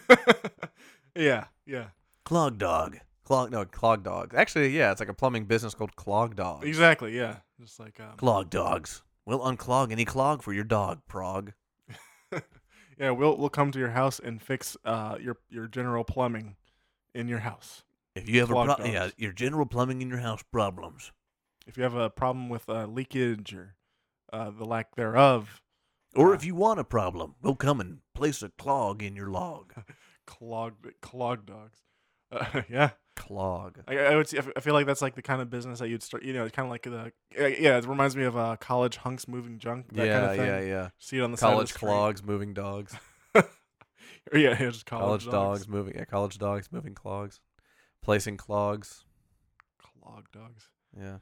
yeah, yeah, Clog Dog, Clog no Clog Dog. Actually, yeah, it's like a plumbing business called Clog Dog. exactly. Yeah, just like um, Clog Dogs. We'll unclog any clog for your dog, Prog. yeah, we'll we'll come to your house and fix uh your your general plumbing in your house. If you have Clog a pro- dogs. yeah, your general plumbing in your house problems. If you have a problem with uh, leakage or uh, the lack thereof, Or Yeah. if you want a problem, we'll come and place a clog in your log. clogged clog dogs. Uh, yeah, Clog. I, I would. See, I f- I feel like that's like the kind of business that you'd start. You know, it's kind of like the yeah, yeah. It reminds me of uh, college hunks moving junk. That yeah, kind of thing. yeah, yeah. See it on the side of College the street. clogs moving dogs. Or, yeah, yeah, just College, college, dogs. moving. Yeah, college dogs moving clogs. Placing clogs. Clog dogs. Yeah.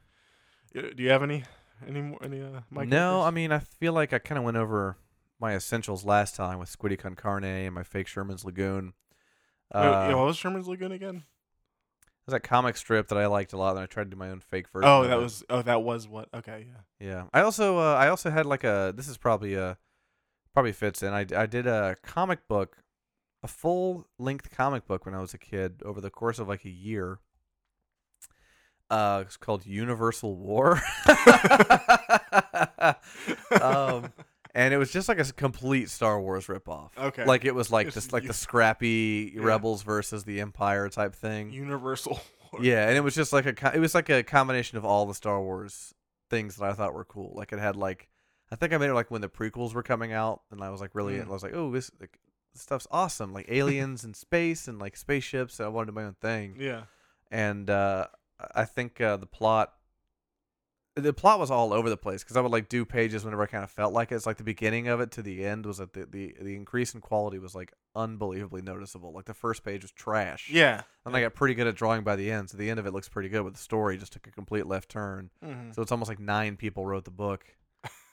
Y- Do you have any any more any uh? mic no, makers? I mean I feel like I kind of went over my essentials last time with Squiddy Con Carne and my fake Sherman's Lagoon. Uh, Wait, Oh, yeah, what was Sherman's Lagoon again? It was a comic strip that I liked a lot, and I tried to do my own fake version. Oh, of that it. was oh that was what? Okay, yeah. Yeah. I also uh, I also had like a this is probably a probably fits in. I I did a comic book, a full length comic book when I was a kid over the course of like a year. Uh, it's called Universal War. um, and it was just like a s- complete Star Wars ripoff. Okay. Like it was like It's just like u- the scrappy Yeah. rebels versus the Empire type thing. Universal. War. Yeah, and it was just like a co- it was like a combination of all the Star Wars things that I thought were cool. Like it had like I think I made it like when the prequels were coming out, and I was like really Mm. I was like oh this like, this stuff's awesome like aliens and space and like spaceships. And I wanted to do my own thing, Yeah. and uh, I I think uh, the plot. The plot was all over the place because I would like do pages whenever I kind of felt like it. It's like the beginning of it to the end was that the, the the increase in quality was like unbelievably noticeable. Like the first page was trash. Yeah. And I got pretty good at drawing by the end, so the end of it looks pretty good, but the story just took a complete left turn. hmm So it's almost like nine people wrote the book.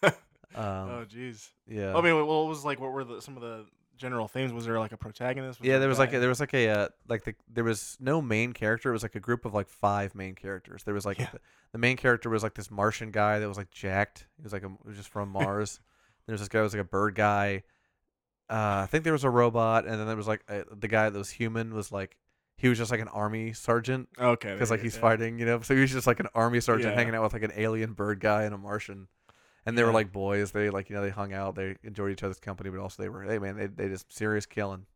Um, oh jeez. yeah. I mean, well, what was like? What were the, some of the general themes? Was there like a protagonist? yeah, there was like a, guy? there was like a uh, like the, there was no main character. It was like a group of like five main characters. There was like Yeah. the, the main character was like this Martian guy that was like jacked. He was like a, he was just from Mars. There's this guy who was like a bird guy. Uh, I think there was a robot, and then there was like a, the guy that was human was like he was just like an army sergeant. okay because there like you he's go. fighting, you know. So he was just like an army sergeant Yeah. hanging out with like an alien bird guy and a Martian, and they were Yeah. like boys. They like you know they hung out, they enjoyed each other's company, but also they were hey man, they they did some serious killing.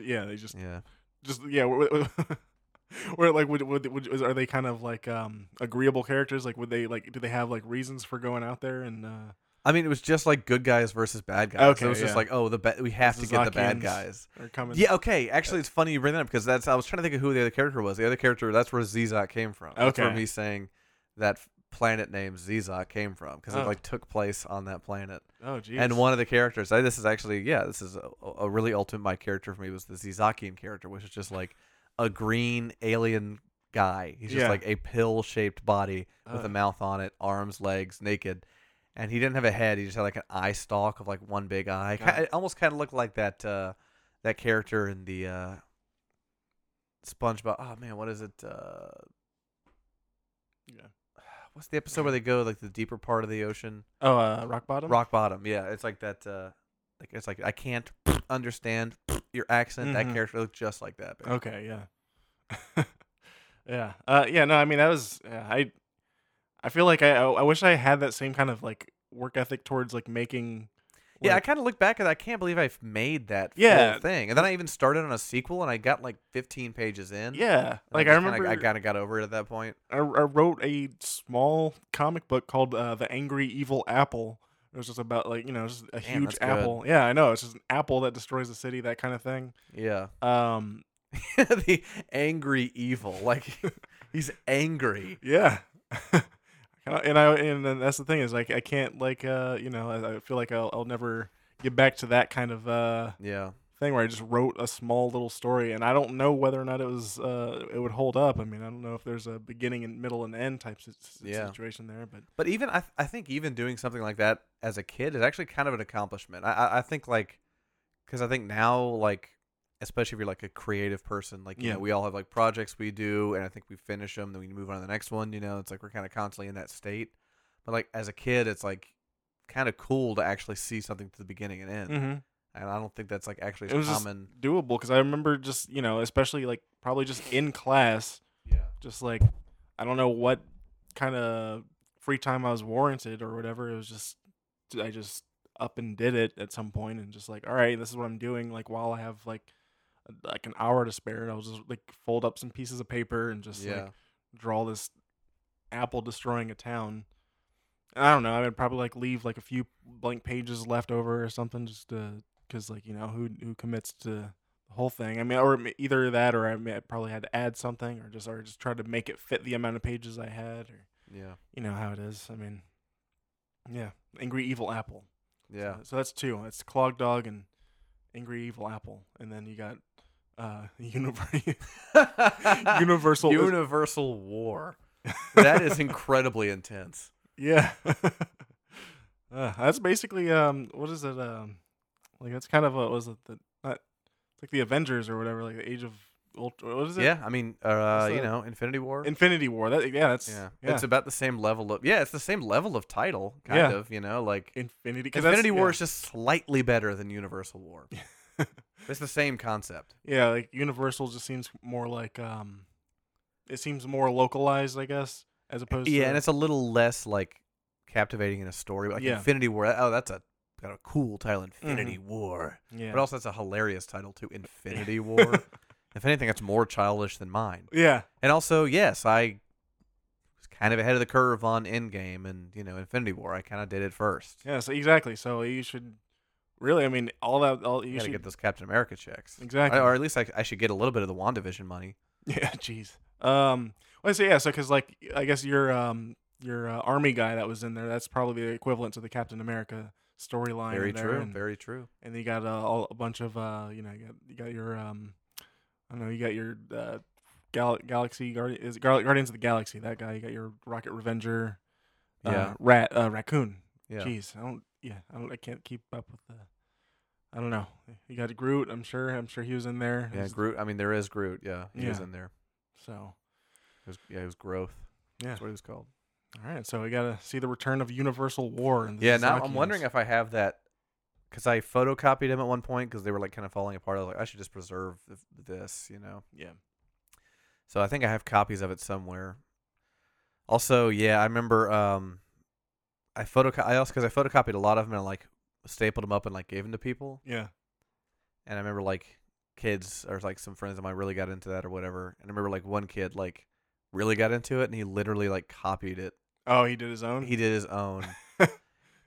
yeah, they just Yeah, just yeah. Were, were- were, like would, would, would was- are they kind of like um agreeable characters? Like would they like do they have like reasons for going out there and uh I mean it was just like good guys versus bad guys. Okay, it was just yeah. like oh the ba- we have to get the bad Zazakians. guys. are coming? Yeah, okay. Actually, it's funny you bring that up because that's I was trying to think of who the other character was. The other character that's where Zizak came from. That's where Okay. me saying that f- planet name Zizak came from because it Oh. like took place on that planet. Oh jeez. And one of the characters, I, this is actually, yeah, this is a, a really ultimate my character for me was the Zizakian character, which is just like a green alien guy. He's just Yeah. like a pill shaped body with a Ugh. mouth on it, arms, legs, naked. And he didn't have a head. He just had like an eye stalk of like one big eye. Ki- Got it. It almost kind of looked like that uh, that character in the uh, SpongeBob. Oh man, what is it? Uh, Yeah. what's the episode where they go like the deeper part of the ocean? Oh, uh, rock bottom. Rock bottom. Yeah, it's like that. Uh, like it's like I can't understand your accent. That Mhm. character looked just like that. babe. Okay, yeah, yeah, uh, yeah. No, I mean that was yeah, I. I feel like I I wish I had that same kind of like work ethic towards like making. yeah, I like- kind of look back at. that. I can't believe I've made that full Yeah. thing. And then I even started on a sequel, and I got like 15 pages in. and yeah. Like just kinda- I remember I kind of got over it at that point. I, I wrote a small comic book called uh, "The Angry Evil Apple." It was just about like you know just a Damn, huge that's good. apple. Yeah, I know. It's just an apple that destroys the city, that kind of thing. Yeah, Um, the angry evil. Like He's angry. Yeah. and I and then that's the thing is like I can't like uh you know I, I feel like I'll, I'll never get back to that kind of uh Yeah. thing where I just wrote a small little story and I don't know whether or not it was uh it would hold up. I mean I don't know if there's a beginning and middle and end type si- si- Yeah. situation there, but But even I, th- I think even doing something like that as a kid is actually kind of an accomplishment. I, I, I think like, because I think now like, especially if you're like a creative person, like you Yeah. know we all have like projects we do, and I think we finish them, then we move on to the next one. You know, it's like we're kind of constantly in that state. But like as a kid, it's like kind of cool to actually see something to the beginning and end. mm-hmm. And I don't think that's like actually Mm. It was as just- common. doable because I remember just you know especially like probably just in class, yeah. just like I don't know what kind of free time I was warranted or whatever. It was just I just up and did it at some point and just like all right, this is what I'm doing. Like while I have like like an hour to spare, I'll just like fold up some pieces of paper and just yeah. like draw this apple destroying a town. And I don't know. I would probably like leave like a few blank pages left over or something, just to because like you know who who commits to the whole thing. I mean, or m- either that, or I, may, I probably had to add something, or just or just try to make it fit the amount of pages I had, or yeah. you know how it is. I mean, yeah, angry evil apple. Yeah. So, so that's two. It's Clog Dog and Angry Evil Apple, and then you got uh univer- Universal. Universal War. that is incredibly intense. Yeah. uh, that's basically um what is it um like that's kind of what was it the not it's like the Avengers or whatever like the Age of Ultra what is it? Yeah, I mean, uh, It's you a- know, Infinity War. Infinity War. That yeah, that's yeah. yeah. yeah. it's about the same level of yeah, it's the same level of title, kind Yeah. of. You know, like Infinity 'cause that's- Infinity War yeah. is just slightly better than Universal War. it's the same concept. Yeah, like Universal just seems more like um it seems more localized, I guess, as opposed Yeah, to and it's a little less like captivating in a story. Like Yeah. Mm, Infinity War. Oh, that's a got a cool title, Infinity War. yeah. But also, that's a hilarious title too, Infinity War. if anything, that's more childish than mine. yeah. And also, yes, I was kind of ahead of the curve on Endgame and you know Infinity War. I kind of did it first. Yeah, so exactly. So you should really I mean all that all You you gotta should get those Captain America checks. Exactly. Or, or at least I, I should get a little bit of the WandaVision money. Yeah, jeez. Um, well, so yeah, so because like I guess your um your uh, army guy that was in there, that's probably the equivalent to the Captain America storyline. in Very there, true. And, Very true. and you got uh, all, a bunch of uh, you know, you got, you got your um, I don't know, you got your uh, Gal- Galaxy Guardian is it Gal- Guardians of the Galaxy. That guy, you got your Rocket Revenger. Uh, Yeah. Rat. Uh, raccoon. Yeah. Jeez, I don't. Yeah, I don't. I can't keep up with the. I don't know. You got Groot. I'm sure. I'm sure he was in there. Yeah, He's- Groot. I mean, there is Groot. Yeah, he was Yeah. in there. So. It was, yeah, it was growth. Yeah. That's what it was called. All right, so we gotta see the return of Universal War. And the yeah. Now I'm Zazakians. wondering if I have that because I photocopied him at one point because they were like kind of falling apart. I was like, I should just preserve th- this, you know. yeah, So I think I have copies of it somewhere. Also, yeah, I remember um, I photoco- I also because I photocopied a lot of them and like stapled them up and like gave them to people. yeah, and I remember like kids or like some friends of mine really got into that or whatever. And I remember like one kid like really got into it and he literally like copied it. oh, he did his own, He did his own. and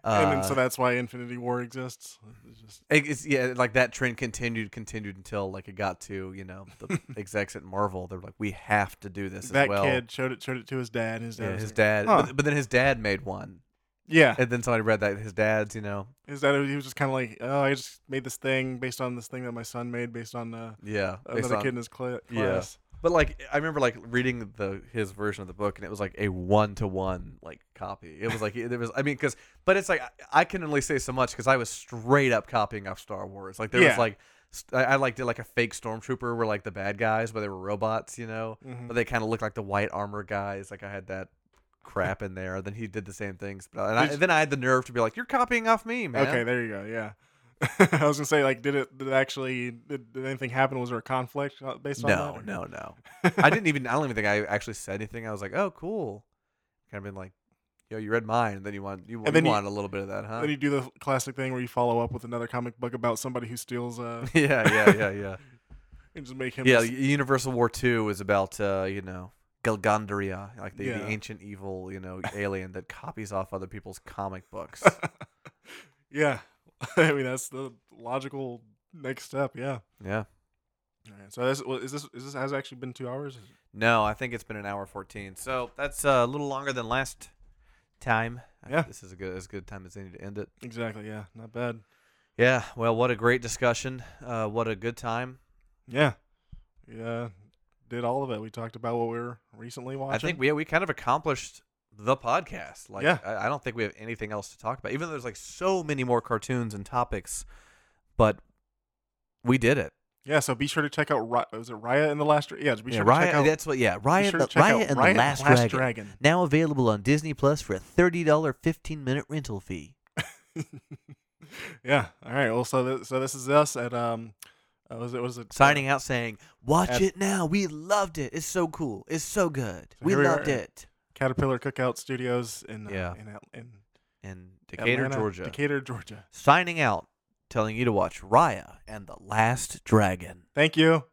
then, so Uh, that's why Infinity War exists. It's just- it- it's, yeah, like that trend continued, continued until like it got to you know the execs at Marvel. They were like, we have to do this that as well. kid showed it, showed it to his dad. and His dad, yeah, was his like- dad, huh. but, but then his dad made one, yeah, and then somebody read that his dad's, you know, his dad. He was just kind of like, oh, I just made this thing based on this thing that my son made, based on uh, yeah, based another on- kid in his cla- Yeah. class. But like I remember like reading the his version of the book and it was like a one to one like copy. It was like it was I mean cuz but it's like I, I can only say so much cuz I was straight up copying off Star Wars. Like there Yeah. was like st- I, I like did like a fake stormtrooper were like the bad guys but they were robots, you know. Mhm. But they kind of looked like the white armor guys. Like I had that crap in there. Then he did the same things. But and, I, Did- and then I had the nerve to be like you're copying off me, man. Okay, there you go. Yeah. I was gonna say, like, did it? Did it actually? Did, did anything happen? Was there a conflict uh, based on that? No, or- no, no. I didn't even. I don't even think I actually said anything. I was like, "Oh, cool." Kind of been like, "Yo, you read mine." Then you want you, you then you- want a little bit of that, huh? Then you do the classic thing where you follow up with another comic book about somebody who steals uh, yeah, yeah, yeah, yeah. and just make him. yeah, just- Universal War Two is about uh, you know Galgandria, like the, Yeah. the ancient evil you know alien that copies off other people's comic books. yeah. I mean, that's the logical next step. Yeah. yeah, All right. So this well, is this is this has actually been two hours. Is- No, I think it's been an hour fourteen. So that's uh, a little longer than last time. I think Yeah. this is a good as good time as any to end it. Exactly. Yeah. Not bad. Yeah. Well, what a great discussion. Uh, what a good time. Yeah. Yeah. Did all of it. We talked about what we were recently watching. I think we yeah, we kind of accomplished the podcast. Like, Yeah. I, I don't think we have anything else to talk about. Even though there's like so many more cartoons and topics, but we did it. Yeah, so be sure to check out. Ri- Was it Raya in the Last? Dra- yeah, be yeah, sure to Raya. check out. that's what. Yeah, be Raya. sure the- to check Raya out and Raya the Last, Dragon. Now available on Disney Plus for a thirty dollar fifteen minute rental fee. yeah. All right. Well, so th- so this is us at um, uh, was it was it Signing out saying, "Watch At- it now. We loved it. It's so cool. It's so good. So we here we are loved at- it." Caterpillar Cookout Studios in uh, Yeah. in, At- in In Decatur, Atlanta, Georgia. Decatur, Georgia. Signing out, telling you to watch Raya and the Last Dragon. Thank you.